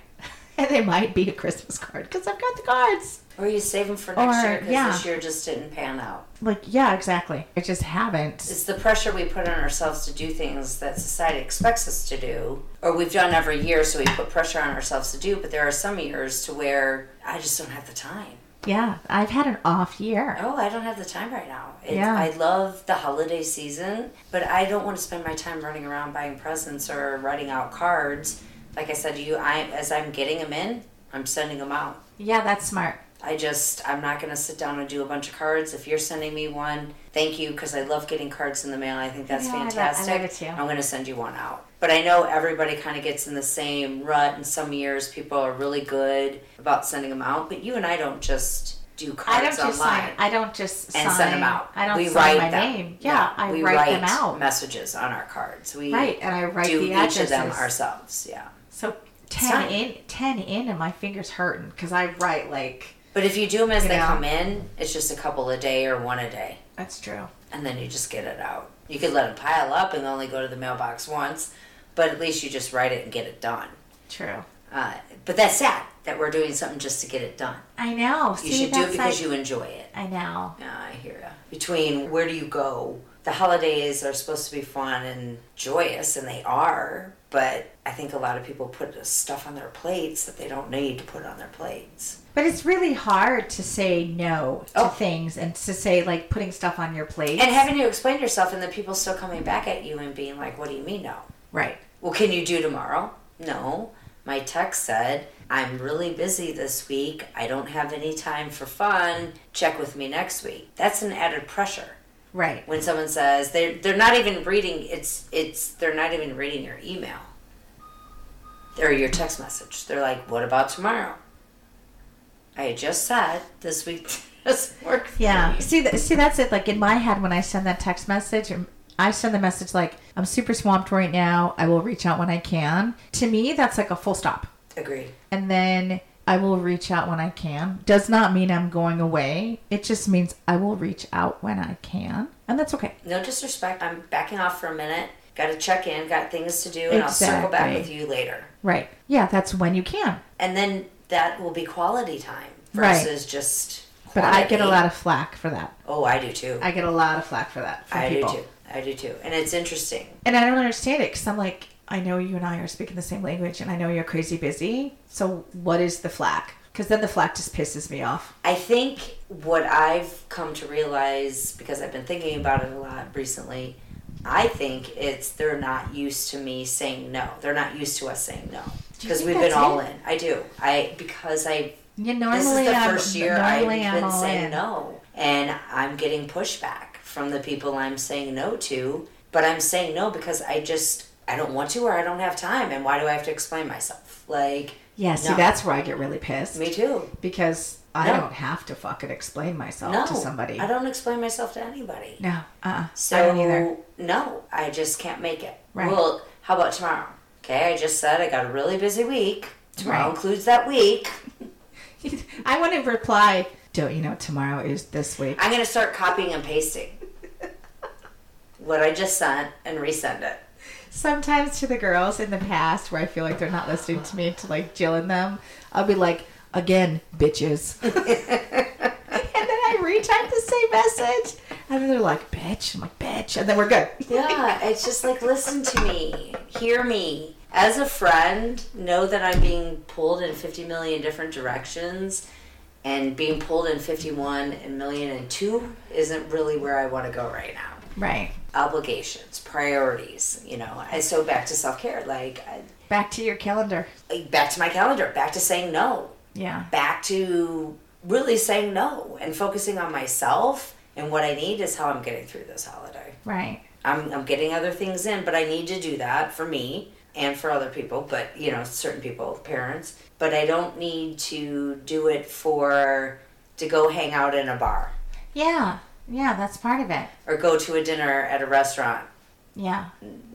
Speaker 1: and they might be a Christmas card because I've got the cards.
Speaker 2: Or you save them for next
Speaker 1: Or,
Speaker 2: year because
Speaker 1: yeah.
Speaker 2: this year just didn't pan out.
Speaker 1: Like, yeah, exactly. I just haven't.
Speaker 2: It's the pressure we put on ourselves to do things that society expects us to do, or we've done every year, so we put pressure on ourselves to do. But there are some years to where I just don't have the time.
Speaker 1: Yeah, I've had an off year.
Speaker 2: Oh, I don't have the time right now. It,
Speaker 1: Yeah.
Speaker 2: I love the holiday season, but I don't want to spend my time running around buying presents or writing out cards. Like I said to you, I as I'm getting them in, I'm sending them out.
Speaker 1: Yeah, that's smart.
Speaker 2: I just, I'm not going to sit down and do a bunch of cards. If you're sending me one, thank you because I love getting cards in the mail. I think that's
Speaker 1: Yeah, I love- I love
Speaker 2: fantastic.
Speaker 1: it too.
Speaker 2: I'm going to send you one out. But I know everybody kind of gets in the same rut, and some years people are really good about sending them out. But you and I don't just do
Speaker 1: I
Speaker 2: cards
Speaker 1: don't just
Speaker 2: online
Speaker 1: sign. I don't just
Speaker 2: and
Speaker 1: sign.
Speaker 2: send them out.
Speaker 1: I don't
Speaker 2: we
Speaker 1: sign
Speaker 2: write
Speaker 1: my
Speaker 2: them.
Speaker 1: name. Yeah,
Speaker 2: No,
Speaker 1: I
Speaker 2: we
Speaker 1: write, them out.
Speaker 2: messages on our cards. We
Speaker 1: right, and I write
Speaker 2: do
Speaker 1: the
Speaker 2: each
Speaker 1: addresses.
Speaker 2: of them ourselves. Yeah.
Speaker 1: so
Speaker 2: Sign.
Speaker 1: ten in, ten in, and my fingers hurting because I write like
Speaker 2: But if you do them as they
Speaker 1: know.
Speaker 2: come in, it's just a couple a day or one a day.
Speaker 1: that's true.
Speaker 2: and then you just get it out. You could let it pile up and only go to the mailbox once, but at least you just write it and get it done.
Speaker 1: True.
Speaker 2: Uh, but that's sad that we're doing something just to get it done.
Speaker 1: I know.
Speaker 2: You
Speaker 1: See,
Speaker 2: should do it
Speaker 1: that's
Speaker 2: because
Speaker 1: like-
Speaker 2: you enjoy it.
Speaker 1: I know.
Speaker 2: Yeah, I hear ya. Between where do you go? The holidays are supposed to be fun and joyous, and they are, but I think a lot of people put stuff on their plates that they don't need to put on their plates.
Speaker 1: But it's really hard to say no to
Speaker 2: Oh.
Speaker 1: things and to say like putting stuff on your plate.
Speaker 2: And having to explain yourself, and the people still coming back at you and being like, What do you mean, no?
Speaker 1: right.
Speaker 2: Well, can you do tomorrow? No. My text said, I'm really busy this week. I don't have any time for fun. Check with me next week. That's an added pressure.
Speaker 1: Right.
Speaker 2: When someone says they're they're not even reading it's it's they're not even reading your email or your text message. They're like, What about tomorrow? I just said this week doesn't work for
Speaker 1: Yeah.
Speaker 2: me.
Speaker 1: See, th- see, that's it. Like in my head, when I send that text message, um, I send the message like, "I'm super swamped right now. I will reach out when I can." To me, that's like a full stop.
Speaker 2: Agreed.
Speaker 1: And then I will reach out when I can does not mean I'm going away. It just means I will reach out when I can, and that's okay.
Speaker 2: No disrespect. I'm backing off for a minute. Gotta check in, got things to do, and I'll circle back
Speaker 1: Exactly.
Speaker 2: with you later.
Speaker 1: Right. Yeah, that's when you can.
Speaker 2: and then that will be quality time
Speaker 1: Right.
Speaker 2: versus just.
Speaker 1: But I get a
Speaker 2: quantity.
Speaker 1: lot of flack for that.
Speaker 2: Oh, I do too.
Speaker 1: I get a lot of flack for that from
Speaker 2: I, do
Speaker 1: people.
Speaker 2: too. I do too. And it's interesting.
Speaker 1: And I don't understand it because I'm like, I know you and I are speaking the same language and I know you're crazy busy. So what is the flack? Because then the flack just pisses me off.
Speaker 2: I think what I've come to realize because I've been thinking about it a lot recently. I think it's they're not used to me saying no. They're not used to us saying no
Speaker 1: you
Speaker 2: because
Speaker 1: think
Speaker 2: we've been
Speaker 1: that's
Speaker 2: all
Speaker 1: it?
Speaker 2: in. I do. I because I
Speaker 1: Yeah,
Speaker 2: This is
Speaker 1: normally
Speaker 2: the
Speaker 1: I'm,
Speaker 2: first year I've
Speaker 1: normally I'm
Speaker 2: been
Speaker 1: all
Speaker 2: saying
Speaker 1: in.
Speaker 2: no, and I'm getting pushback from the people I'm saying no to. But I'm saying no because I just I don't want to or I don't have time. And why do I have to explain myself? Like
Speaker 1: Yeah, see,
Speaker 2: No.
Speaker 1: that's where I get really pissed.
Speaker 2: Me too.
Speaker 1: Because I
Speaker 2: No.
Speaker 1: don't have to fucking explain myself
Speaker 2: No,
Speaker 1: to somebody.
Speaker 2: I don't explain myself to anybody.
Speaker 1: No, uh-uh.
Speaker 2: So
Speaker 1: I don't either.
Speaker 2: no, I just can't make it.
Speaker 1: Right.
Speaker 2: Well, how about tomorrow? Okay, I just said I got a really busy week. Tomorrow
Speaker 1: Right.
Speaker 2: includes that week.
Speaker 1: I want to reply, don't you know tomorrow is this week?
Speaker 2: I'm gonna start copying and pasting what I just sent and resend it.
Speaker 1: Sometimes to the girls in the past where I feel like they're not listening to me, to like Jill and them, I'll be like, again, bitches. and then I retype the same message. And then they're like, bitch. I'm like, bitch. And then we're good.
Speaker 2: Yeah, it's just like listen to me, hear me. As a friend, know that I'm being pulled in 50 million different directions, and being pulled in 51 and million and two isn't really where I want to go right now.
Speaker 1: Right.
Speaker 2: Obligations, priorities, you know. And so back to self care, like I-
Speaker 1: Back to your calendar.
Speaker 2: back to my calendar, back to saying no,
Speaker 1: Yeah.
Speaker 2: back to really saying no and focusing on myself and what I need is how I'm getting through this holiday.
Speaker 1: Right.
Speaker 2: I'm, I'm getting other things in, but I need to do that for me and for other people, but you know, certain people, parents. But I don't need to do it for to go hang out in a bar
Speaker 1: Yeah. Yeah, that's part of it.
Speaker 2: or go to a dinner at a restaurant,
Speaker 1: Yeah.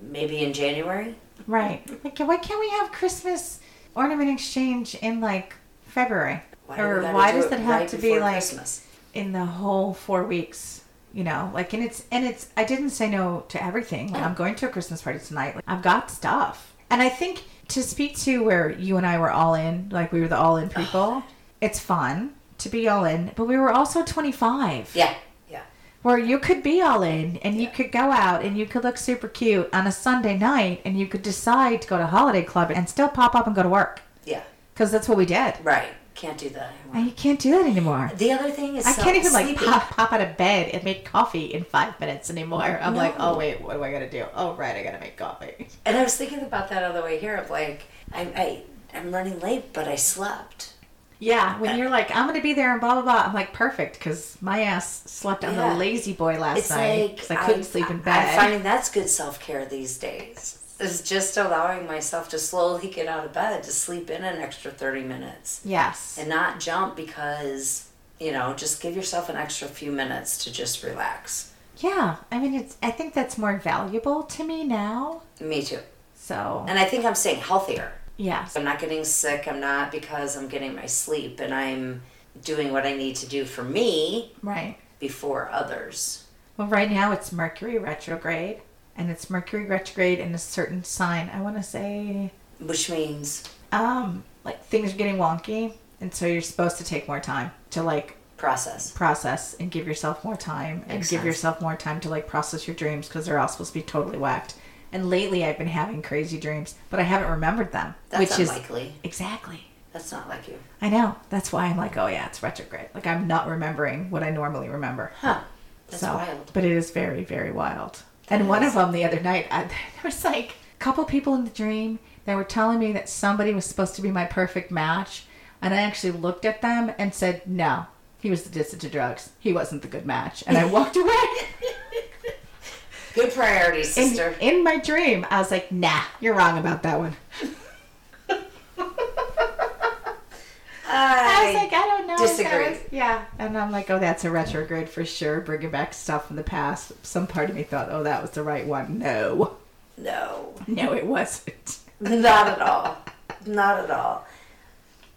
Speaker 2: maybe in January.
Speaker 1: Right. Like, why can't we have Christmas ornament exchange in like February?
Speaker 2: Why do we
Speaker 1: or
Speaker 2: gotta
Speaker 1: why
Speaker 2: do
Speaker 1: does
Speaker 2: it
Speaker 1: that have
Speaker 2: right
Speaker 1: to be
Speaker 2: before
Speaker 1: like
Speaker 2: Christmas?
Speaker 1: in the whole four weeks? You know, like, and it's, and it's, I didn't say no to everything. Like, I'm going to a Christmas party tonight. Like, I've got stuff. And I think to speak to where you and I were all in, like, we were the all in people, it's fun to be all in, but we were also 25
Speaker 2: Yeah, yeah.
Speaker 1: where you could be all in and you could go out and you could look super cute on a Sunday night and you could decide to go to holiday club and still pop up and go to work
Speaker 2: Yeah.
Speaker 1: because that's what we did.
Speaker 2: Right. Can't do that anymore.
Speaker 1: And you can't do that anymore.
Speaker 2: The other thing is
Speaker 1: I can't even like
Speaker 2: sleeping.
Speaker 1: pop, pop out of bed and make coffee in five minutes anymore. I'm like,
Speaker 2: No.
Speaker 1: oh wait, what do I gotta do? Oh right, I gotta make coffee.
Speaker 2: And I was thinking about that on the way here of like I'm I, I'm running late, but I slept.
Speaker 1: Yeah, when you're like, I'm gonna be there and blah blah blah. I'm like, perfect because my ass slept on
Speaker 2: Yeah.
Speaker 1: the lazy boy last
Speaker 2: It's
Speaker 1: night
Speaker 2: like
Speaker 1: because I couldn't sleep in bed.
Speaker 2: I'm finding that's good self care these days. Is just allowing myself to slowly get out of bed to sleep in an extra thirty minutes
Speaker 1: yes,
Speaker 2: and not jump because you know just give yourself an extra few minutes to just relax.
Speaker 1: yeah. I mean, it's. I think that's more valuable to me now.
Speaker 2: Me too.
Speaker 1: So
Speaker 2: And I think I'm staying healthier.
Speaker 1: yes,
Speaker 2: I'm not getting sick. I'm not because I'm getting my sleep and I'm doing what I need to do for me
Speaker 1: right.
Speaker 2: before others.
Speaker 1: Well, right now it's Mercury retrograde, and it's Mercury retrograde in a certain sign. I want to say,
Speaker 2: Which means
Speaker 1: um, like things are getting wonky, and so you're supposed to take more time to like
Speaker 2: process.
Speaker 1: process and give yourself more time and
Speaker 2: Makes
Speaker 1: give
Speaker 2: sense.
Speaker 1: yourself more time to like process your dreams because they're all supposed to be totally whacked. And lately, I've been having crazy dreams, but I haven't remembered them,
Speaker 2: That's
Speaker 1: which
Speaker 2: unlikely.
Speaker 1: is exactly.
Speaker 2: That's not like you.
Speaker 1: I know. That's why I'm like, oh yeah, it's retrograde. Like I'm not remembering what I normally remember.
Speaker 2: Huh. That's wild.
Speaker 1: But it is very, very wild. and one of them the other night, I, there was like a couple people in the dream that were telling me that somebody was supposed to be my perfect match. And I actually looked at them and said, no, he was addicted to drugs. He wasn't the good match. And I walked away.
Speaker 2: Good priority,
Speaker 1: in,
Speaker 2: sister.
Speaker 1: in my dream, I was like, nah, you're wrong about that one.
Speaker 2: I,
Speaker 1: I was like, I don't know. if that
Speaker 2: disagree.
Speaker 1: was- yeah. And I'm like, oh, that's a retrograde for sure, bringing back stuff from the past. Some part of me thought, oh, that was the right one. No.
Speaker 2: no,
Speaker 1: No, it wasn't.
Speaker 2: not at all. Not at all.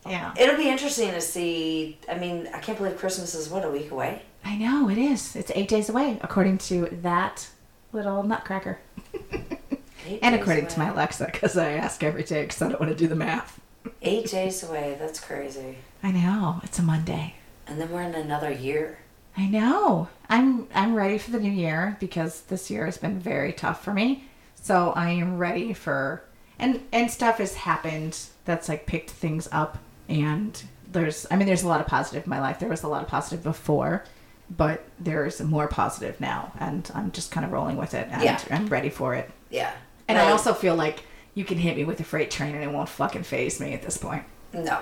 Speaker 1: Yeah.
Speaker 2: It'll be interesting to see. I mean, I can't believe Christmas is what a week away.
Speaker 1: I know, it is. It's eight days away, according to that little nutcracker.
Speaker 2: Eight
Speaker 1: And
Speaker 2: days
Speaker 1: according to
Speaker 2: away.
Speaker 1: my Alexa, because I ask every day because I don't want to do the math.
Speaker 2: eight days away. That's crazy.
Speaker 1: I know. It's a Monday.
Speaker 2: And then we're in another year.
Speaker 1: I know. I'm I'm ready for the new year because this year has been very tough for me. So I am ready for and and stuff has happened that's like picked things up and there's I mean there's a lot of positive in my life. There was a lot of positive before, but there's more positive now and I'm just kind of rolling with it and
Speaker 2: Yeah.
Speaker 1: I'm ready for it.
Speaker 2: Yeah.
Speaker 1: And I
Speaker 2: Right.
Speaker 1: also feel like you can hit me with a freight train and it won't fucking phase me at this point.
Speaker 2: no.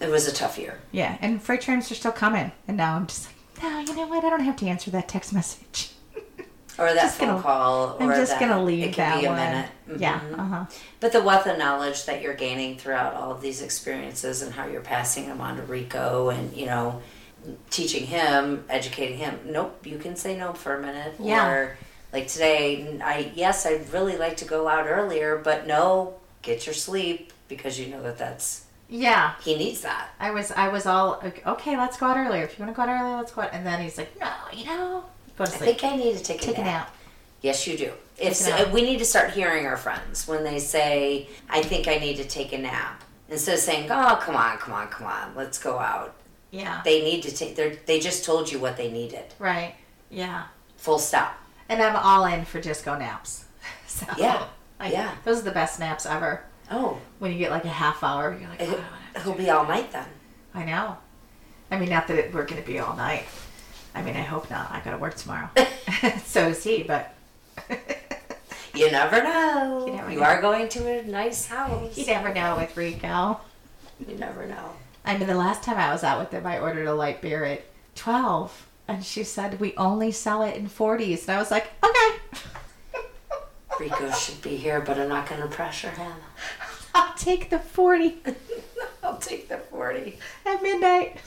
Speaker 2: It was a tough year.
Speaker 1: Yeah, and freight trains are still coming. And now I'm just like, no, you know what? I don't have to answer that text message.
Speaker 2: or that
Speaker 1: Just
Speaker 2: phone
Speaker 1: gonna-
Speaker 2: call.
Speaker 1: I'm
Speaker 2: or
Speaker 1: just
Speaker 2: that
Speaker 1: gonna
Speaker 2: it
Speaker 1: leave
Speaker 2: can
Speaker 1: that
Speaker 2: be a
Speaker 1: one.
Speaker 2: minute.
Speaker 1: Yeah.
Speaker 2: Mhm.
Speaker 1: Uh huh.
Speaker 2: But the wealth of knowledge that you're gaining throughout all of these experiences and how you're passing them on to Rico and, you know, teaching him, educating him. Nope, you can say no for a minute.
Speaker 1: Yeah.
Speaker 2: Or like today, I yes, I'd really like to go out earlier, but no, get your sleep because you know that that's
Speaker 1: Yeah.
Speaker 2: he needs that.
Speaker 1: I was I was all okay. Let's go out earlier. If you want to go out earlier, let's go out. And then he's like, no, you know, go to
Speaker 2: I
Speaker 1: sleep.
Speaker 2: think I need to take a
Speaker 1: Take a
Speaker 2: nap.
Speaker 1: nap.
Speaker 2: Yes, you do. If
Speaker 1: Take a nap.
Speaker 2: we need to start hearing our friends when they say, "I think I need to take a nap," instead of saying, "Oh, come on, come on, come on, let's go out."
Speaker 1: Yeah.
Speaker 2: They need to take. They they just told you what they needed.
Speaker 1: Right. Yeah.
Speaker 2: Full stop.
Speaker 1: And I'm all in for disco naps. So
Speaker 2: Yeah.
Speaker 1: I-
Speaker 2: Yeah.
Speaker 1: Those are the best naps ever.
Speaker 2: Oh,
Speaker 1: When you get like a half hour, you're like, oh, I
Speaker 2: it,
Speaker 1: don't wanna
Speaker 2: it'll Uh, be all night then.
Speaker 1: I know. I mean, not that it, we're going to be all night. I mean, I hope not. I got to work tomorrow. so is he, but
Speaker 2: You never know.
Speaker 1: You
Speaker 2: You,
Speaker 1: never know.
Speaker 2: are going to a nice house.
Speaker 1: you never know with Rico.
Speaker 2: You never know.
Speaker 1: I mean, the last time I was out with him, I ordered a light beer at 12, and she said, We only sell it in 40s. And I was like, Okay,
Speaker 2: Rico should be here, but I'm not going to pressure him.
Speaker 1: I'll take the 40
Speaker 2: I'll take the forty.
Speaker 1: at midnight.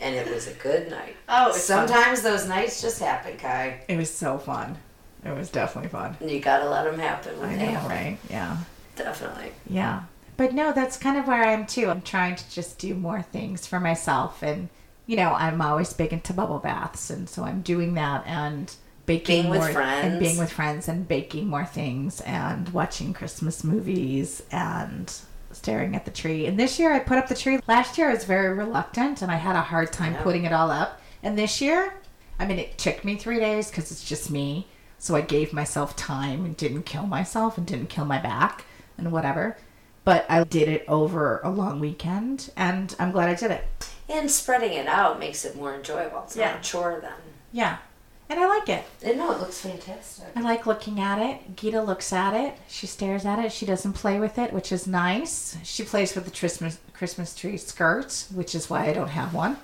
Speaker 2: And it was a good night.
Speaker 1: Oh, it was fun.
Speaker 2: sometimes those nights just happen, Kai.
Speaker 1: It was so fun. It was definitely fun.
Speaker 2: And you gotta let them happen when
Speaker 1: I
Speaker 2: they
Speaker 1: know,
Speaker 2: happen.
Speaker 1: right? Yeah.
Speaker 2: Definitely.
Speaker 1: Yeah. But no, that's kind of where I am too. I'm trying to just do more things for myself. And, you know, I'm always big into bubble baths. And so I'm doing that and baking
Speaker 2: Being with
Speaker 1: more, And
Speaker 2: friends.
Speaker 1: being with friends and baking more things and watching Christmas movies and staring at the tree. And this year I put up the tree. Last year I was very reluctant and I had a hard time
Speaker 2: Yeah.
Speaker 1: putting it all up. And this year, I mean, it took me three days because it's just me. So I gave myself time and didn't kill myself and didn't kill my back and whatever. But I did it over a long weekend and I'm glad I did it.
Speaker 2: And spreading it out makes it more enjoyable. It's
Speaker 1: Yeah.
Speaker 2: not a chore then.
Speaker 1: Yeah. And I like it.
Speaker 2: And no, it looks fantastic.
Speaker 1: I like looking at it. Gita looks at it. She stares at it. She doesn't play with it, which is nice. She plays with the Christmas Christmas tree skirt, which is why I don't have one.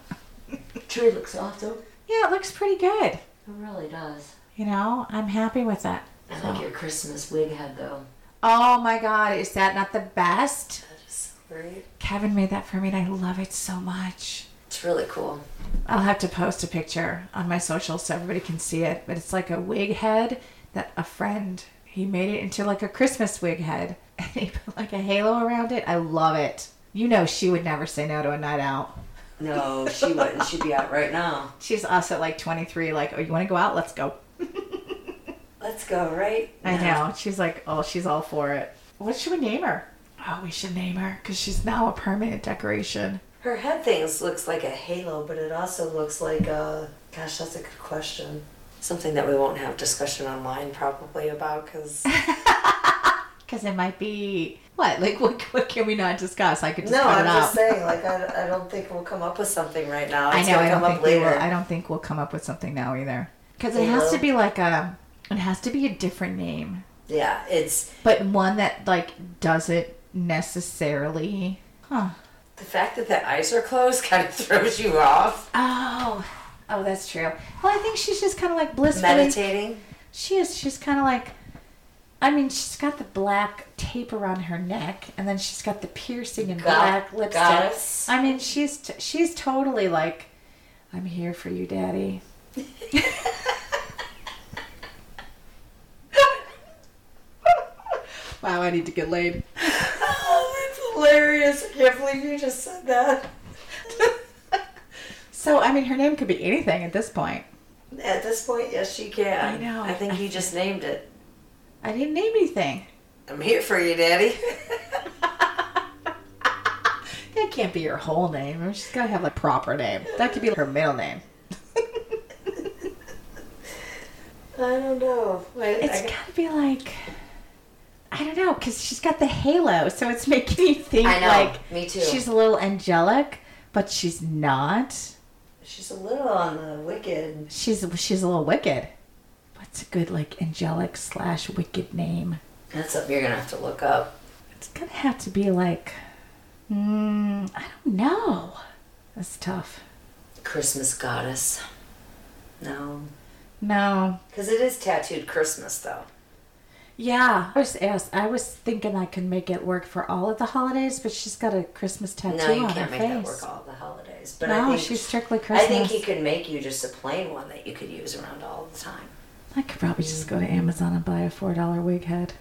Speaker 2: Tree looks awesome.
Speaker 1: Yeah, it looks pretty good.
Speaker 2: It really does.
Speaker 1: You know, I'm happy with it.
Speaker 2: I like your Christmas wig head though.
Speaker 1: Oh my god, is that not the best?
Speaker 2: That is so great.
Speaker 1: Kevin made that for me and I love it so much.
Speaker 2: It's really cool.
Speaker 1: I'll have to post a picture on my social so everybody can see it, but it's like a wig head that a friend he made it into like a Christmas wig head and he put like a halo around it. I love it. You know she would never say no to a night out.
Speaker 2: No, she wouldn't. She'd be out right now.
Speaker 1: She's us at like 23 like, "Oh, you want to go out? Let's go."
Speaker 2: Let's go, right?
Speaker 1: I know. She's like, "Oh, she's all for it." What should we name her? Oh, we should name her cuz she's now a permanent decoration.
Speaker 2: Her head things looks like a halo, but it also looks like a gosh, that's a good question. Something that we won't have discussion online probably about because
Speaker 1: Because it might be what? Like, what? What can we not discuss? I could just
Speaker 2: No,
Speaker 1: cut
Speaker 2: I'm
Speaker 1: it
Speaker 2: just
Speaker 1: out.
Speaker 2: saying, like, I, I don't think we'll come up with something right now.
Speaker 1: I
Speaker 2: It's
Speaker 1: know.
Speaker 2: gonna
Speaker 1: I don't
Speaker 2: come
Speaker 1: think
Speaker 2: up
Speaker 1: we
Speaker 2: later.
Speaker 1: will. I don't think we'll come up with something now either. Because it has
Speaker 2: Halo.
Speaker 1: to be like a. It has to be a different name,
Speaker 2: Yeah, it's
Speaker 1: but one that like doesn't necessarily. Huh.
Speaker 2: the fact that the eyes are closed kind of throws you off.
Speaker 1: Oh. Oh, that's true. Well, I think she's just kind of like blissfully.
Speaker 2: Meditating.
Speaker 1: She is. She's kind of like. I mean, she's got the black tape around her neck, and then she's got the piercing and
Speaker 2: Go-
Speaker 1: black lipstick.
Speaker 2: goddess.
Speaker 1: I mean, she's t- she's totally like, I'm here for you, Daddy. wow, I need to get laid.
Speaker 2: Oh, that's hilarious. I can't believe you just said that.
Speaker 1: So, I mean, her name could be anything at this point.
Speaker 2: At this point, yes, she can.
Speaker 1: I know.
Speaker 2: I think you just named it.
Speaker 1: I didn't name anything.
Speaker 2: I'm here for you, Daddy.
Speaker 1: That can't be her whole name. I mean, She's got to have a proper name. That could be her middle name.
Speaker 2: I don't know. Wait,
Speaker 1: It's
Speaker 2: I got-
Speaker 1: gotta be like I don't know because she's got the halo, so it's making me think
Speaker 2: I know,
Speaker 1: like
Speaker 2: me too.
Speaker 1: She's a little angelic, but she's not.
Speaker 2: she's a little on the wicked.
Speaker 1: She's she's a little wicked. What's a good like angelic slash wicked name?
Speaker 2: That's something you're gonna have to look up.
Speaker 1: It's gonna have to be like mm, I don't know. That's tough.
Speaker 2: Christmas goddess. No.
Speaker 1: No.
Speaker 2: Because it is tattooed Christmas, though.
Speaker 1: Yeah, I was asked. I was thinking I could make it work for all of the holidays, but she's got a Christmas tattoo
Speaker 2: No, you
Speaker 1: on
Speaker 2: can't
Speaker 1: her
Speaker 2: make that
Speaker 1: face.
Speaker 2: work all the holidays. But I
Speaker 1: no,
Speaker 2: think
Speaker 1: she's strictly Christmas.
Speaker 2: I think he could make you just a plain one that you could use around all the time.
Speaker 1: I could probably just go to Amazon and buy a four dollar wig head.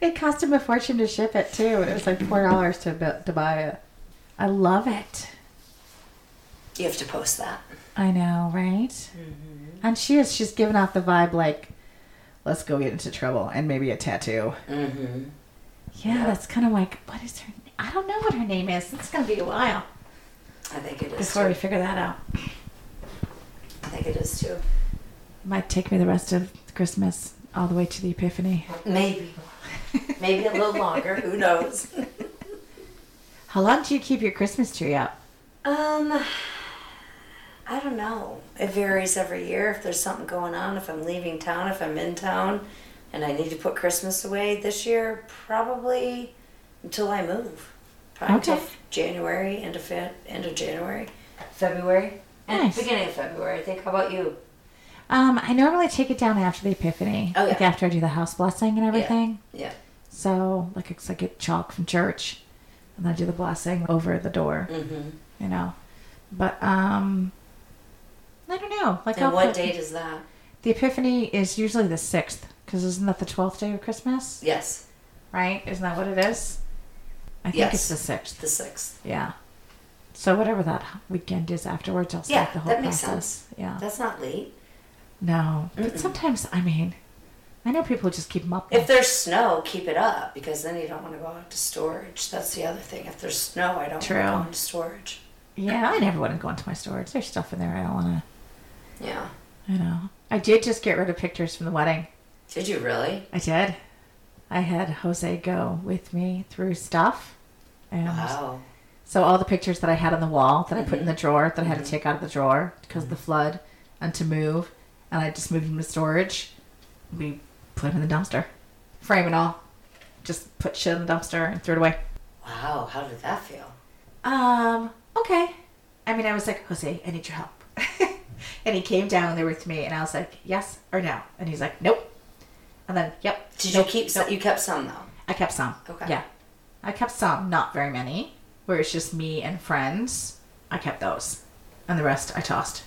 Speaker 1: it cost him a fortune to ship it too. It was like four dollars to bu- to buy it. I love it.
Speaker 2: You have to post that.
Speaker 1: I know, right?
Speaker 2: Mm-hmm.
Speaker 1: And she is. She's giving off the vibe like, let's go get into trouble and maybe a tattoo.
Speaker 2: Mm-hmm.
Speaker 1: Yeah, that's kind of like what is her? I don't know what her name is. It's gonna be a while
Speaker 2: I think it is.
Speaker 1: before
Speaker 2: Too.
Speaker 1: we figure that out.
Speaker 2: I think it is too.
Speaker 1: It might take me the rest of Christmas all the way to the Epiphany.
Speaker 2: Maybe. Maybe a little longer. Who knows?
Speaker 1: How long do you keep your Christmas tree up?
Speaker 2: Um, I don't know. It varies every year. If there's something going on, if I'm leaving town, if I'm in town, and I need to put Christmas away this year, probably until I move. Probably
Speaker 1: Okay.
Speaker 2: till January, end of Fe- end of January, February, and
Speaker 1: Nice.
Speaker 2: beginning of February. I think. How about you?
Speaker 1: Um, I normally take it down after the Epiphany,
Speaker 2: Oh, yeah.
Speaker 1: like after I do the house blessing and everything.
Speaker 2: Yeah.
Speaker 1: So, like, it's, I get chalk from church, and I do the blessing over the door,
Speaker 2: Mm-hmm.
Speaker 1: you know. But um, I don't know. Like,
Speaker 2: And
Speaker 1: I'll
Speaker 2: what
Speaker 1: put-
Speaker 2: date is that?
Speaker 1: The Epiphany is usually the sixth, because isn't that the twelfth day of Christmas?
Speaker 2: Yes,
Speaker 1: Right? Isn't that what it is? I think it's
Speaker 2: Yes.
Speaker 1: the sixth.
Speaker 2: the sixth.
Speaker 1: Yeah. So whatever that weekend is afterwards, I'll start
Speaker 2: Yeah,
Speaker 1: the whole
Speaker 2: that makes
Speaker 1: process. Yeah.
Speaker 2: That's not late.
Speaker 1: No, but sometimes I mean, I know people who just keep them up.
Speaker 2: If there's snow, keep it up because then you don't want to go out to storage. That's the other thing. If there's snow, I don't
Speaker 1: True.
Speaker 2: want to go into storage.
Speaker 1: yeah, I never want to go into my storage. There's stuff in there I don't want
Speaker 2: Yeah.
Speaker 1: to. You know, I did just get rid of pictures from the wedding.
Speaker 2: Did you really?
Speaker 1: I did. I had Jose go with me through stuff, and
Speaker 2: Wow.
Speaker 1: so all the pictures that I had on the wall that I put in
Speaker 2: Mm-hmm.
Speaker 1: the drawer that I had to take out of the drawer because of the flood and to move, and I just moved them to storage. We put them in the dumpster, frame and all. Just put shit in the dumpster and threw it away.
Speaker 2: Wow. How did that feel?
Speaker 1: um, okay. I mean, I was like, Jose, I need your help. and he came down there with me, and I was like, yes or no. And he's like, nope. And then, yep.
Speaker 2: Did
Speaker 1: nope,
Speaker 2: you keep
Speaker 1: nope.
Speaker 2: some? You kept some though.
Speaker 1: I kept some.
Speaker 2: Okay.
Speaker 1: Yeah. I kept some, not very many, where it's just me and friends. I kept those. And the rest I tossed.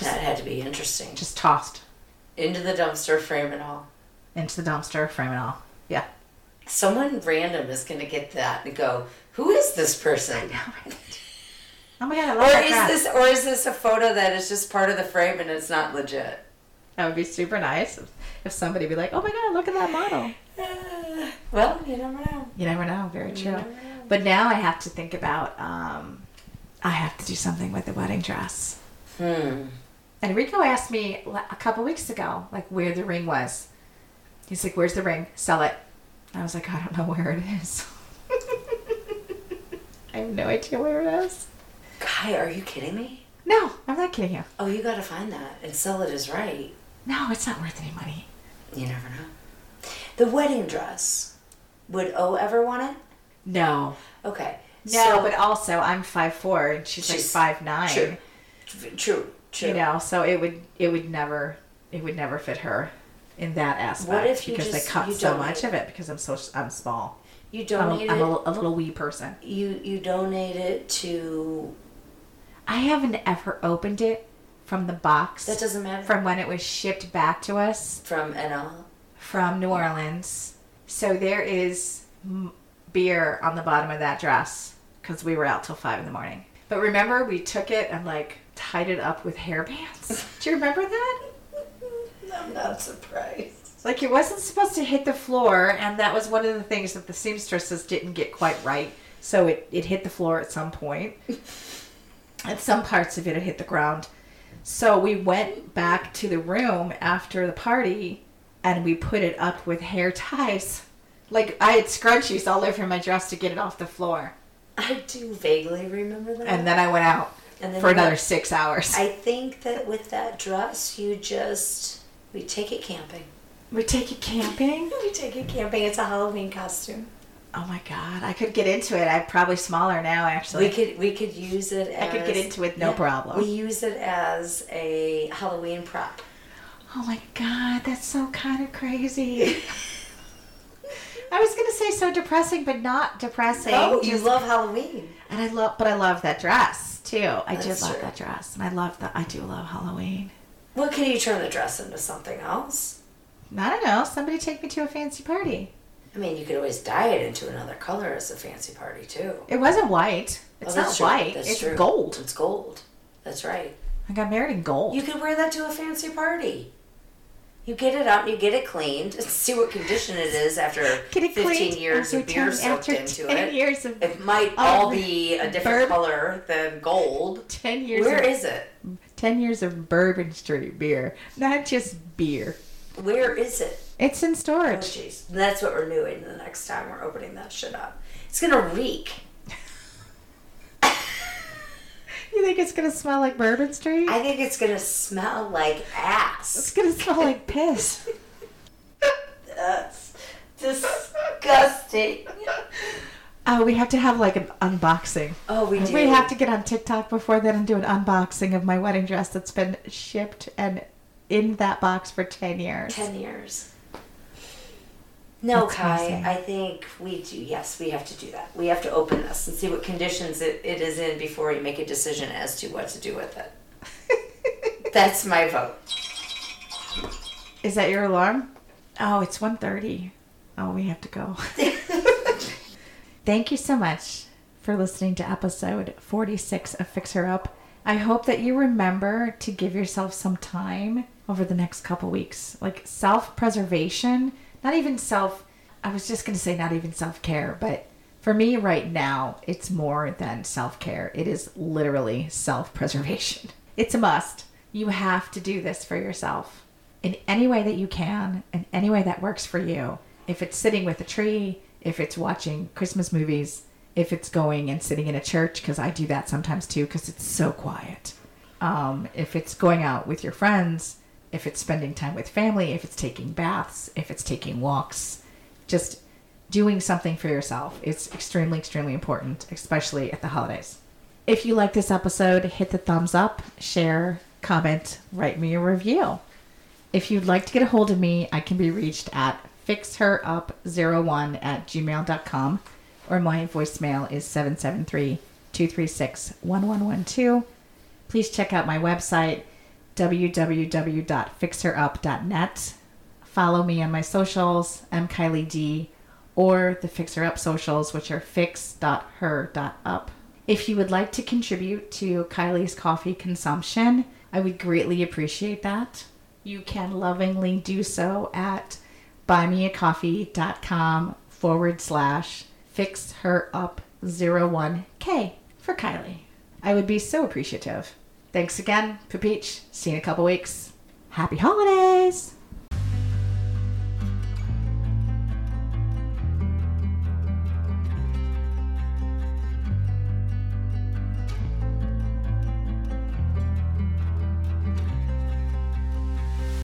Speaker 2: That had to be interesting.
Speaker 1: Just tossed
Speaker 2: Into the dumpster, frame and all.
Speaker 1: into the dumpster, frame and all. Yeah.
Speaker 2: Someone random is going to get that and go, "Who is this person?"
Speaker 1: Oh my god, I love
Speaker 2: Or
Speaker 1: that
Speaker 2: is
Speaker 1: crap.
Speaker 2: this or is this a photo that is just part of the frame and it's not legit?
Speaker 1: That would be super nice if, if somebody be like, oh my god, look at that model.
Speaker 2: Well, you never know.
Speaker 1: Uh, You never know. Very true.
Speaker 2: never know.
Speaker 1: But now I have to think about. Um, I have to do something with the wedding dress.
Speaker 2: Hmm.
Speaker 1: And Rico asked me la- a couple weeks ago, like where the ring was. He's like, "Where's the ring? Sell it." I was like, "I don't know where it is. I have no idea where it is."
Speaker 2: Guy, are you kidding me?
Speaker 1: No, I'm not kidding you.
Speaker 2: Oh, you got to find that and sell it as right.
Speaker 1: No, it's not worth any money.
Speaker 2: You never know. The wedding dress. Would O ever want it?
Speaker 1: No.
Speaker 2: Okay.
Speaker 1: No,
Speaker 2: so-
Speaker 1: but also I'm five four and she's,
Speaker 2: She's-
Speaker 1: like five nine.
Speaker 2: True. True. True.
Speaker 1: You know, so it would it would never it would never fit her in that aspect.
Speaker 2: What if you
Speaker 1: because
Speaker 2: just-
Speaker 1: they cut
Speaker 2: you
Speaker 1: so
Speaker 2: donate-
Speaker 1: much of it because I'm so I'm small.
Speaker 2: You
Speaker 1: I'm,
Speaker 2: donate
Speaker 1: a, I'm
Speaker 2: it.
Speaker 1: a, a little wee person.
Speaker 2: you you donate it to.
Speaker 1: I haven't ever opened it from the box.
Speaker 2: That doesn't matter.
Speaker 1: From when it was shipped back to us
Speaker 2: From NL.
Speaker 1: from New Orleans. So there is m- beer on the bottom of that dress because we were out till five in the morning. But remember, we took it and like tied it up with hair bands. Do you remember that?
Speaker 2: I'm not surprised.
Speaker 1: Like it wasn't supposed to hit the floor, and that was one of the things that the seamstresses didn't get quite right. So it, it hit the floor at some point. and some parts of it had hit the ground. So we went back to the room after the party and we put it up with hair ties. Like I had scrunchies all over my dress to get it off the floor.
Speaker 2: I do vaguely remember that.
Speaker 1: And then I went out
Speaker 2: And then
Speaker 1: for
Speaker 2: you
Speaker 1: another
Speaker 2: went-
Speaker 1: six hours.
Speaker 2: I think that with that dress, you just we take it camping.
Speaker 1: we take it camping?
Speaker 2: We take it camping. It's a Halloween costume.
Speaker 1: Oh my god, I could get into it. I'm probably smaller now,
Speaker 2: We
Speaker 1: actually.
Speaker 2: could we could use it.
Speaker 1: I
Speaker 2: As,
Speaker 1: could get into it no problem.
Speaker 2: We use it as a Halloween prop.
Speaker 1: Oh my god, that's so kind of crazy. I was gonna say so depressing, but not depressing.
Speaker 2: Oh, you
Speaker 1: Just-
Speaker 2: love Halloween.
Speaker 1: and I love, but I love that dress too. I do
Speaker 2: That's
Speaker 1: love
Speaker 2: true.
Speaker 1: that dress, and I love the. I do love Halloween.
Speaker 2: Well, can you turn the dress into something else?
Speaker 1: I don't know. Somebody take me to a fancy party.
Speaker 2: I mean, you could always dye it into another color as a fancy party too.
Speaker 1: It wasn't white.
Speaker 2: Oh,
Speaker 1: It's
Speaker 2: that's
Speaker 1: not
Speaker 2: true.
Speaker 1: white.
Speaker 2: That's
Speaker 1: it's
Speaker 2: true.
Speaker 1: gold.
Speaker 2: It's gold. That's right.
Speaker 1: I got married in gold.
Speaker 2: You could wear that to a fancy party. You get it out and you get it cleaned and see what condition it is after
Speaker 1: Get it
Speaker 2: 15
Speaker 1: cleaned
Speaker 2: years
Speaker 1: after
Speaker 2: of beer
Speaker 1: 10
Speaker 2: soaked
Speaker 1: after
Speaker 2: into
Speaker 1: 10
Speaker 2: it.
Speaker 1: years Oh, of
Speaker 2: it might all be a
Speaker 1: bourbon.
Speaker 2: different color than gold.
Speaker 1: ten years.
Speaker 2: Where
Speaker 1: of,
Speaker 2: is it?
Speaker 1: ten years of Bourbon Street beer, not just beer.
Speaker 2: Where is it?
Speaker 1: It's in
Speaker 2: Oh,
Speaker 1: storage.
Speaker 2: jeez. That's what we're doing the next time we're opening that shit up. It's going to reek.
Speaker 1: You think it's gonna smell like Bourbon Street?
Speaker 2: I think it's going to smell like
Speaker 1: It's
Speaker 2: ass.
Speaker 1: gonna smell like piss.
Speaker 2: That's disgusting.
Speaker 1: Oh, we have to have like an unboxing.
Speaker 2: Oh, we do.
Speaker 1: We have to get on TikTok before then and do an unboxing of my wedding dress that's been shipped and in that box for 10 years.
Speaker 2: 10 years. No,
Speaker 1: That's
Speaker 2: Kai,
Speaker 1: amazing.
Speaker 2: I think we do. Yes, we have to do that. We have to open this and see what conditions it, it is in before we make a decision as to what to do with it. That's my vote.
Speaker 1: Is that your alarm? Oh, it's 1.30. Oh, we have to go. Thank you so much for listening to episode 46 of Fix Her Up. I hope that you remember to give yourself some time over the next couple weeks. Like self preservation, not even self, I was just going to say not even self care, but for me right now, it's more than self care. It is literally self preservation. It's a must. You have to do this for yourself in any way that you can, in any way that works for you. If it's sitting with a tree, if it's watching Christmas movies, if it's going and sitting in a church, because I do that sometimes too, because it's so quiet. Um, if it's going out with your friends, if it's spending time with family, if it's taking baths, if it's taking walks, just doing something for yourself is extremely, extremely important, especially at the holidays. If you like this episode, hit the thumbs up, share, comment, write me a review. If you'd like to get a hold of me, I can be reached at fixherup01 at gmail.com or my voicemail is 773 236 1112. Please check out my website, www.fixherup.net. Follow me on my socials, I'm Kylie D, or the Fixer Up socials, which are fix.her.up. If you would like to contribute to Kylie's coffee consumption, I would greatly appreciate that. You can lovingly do so at buymeacoffee.com forward slash fix her up 01k for Kylie. I would be so appreciative. Thanks again, Papeach. See you in a couple weeks. Happy holidays!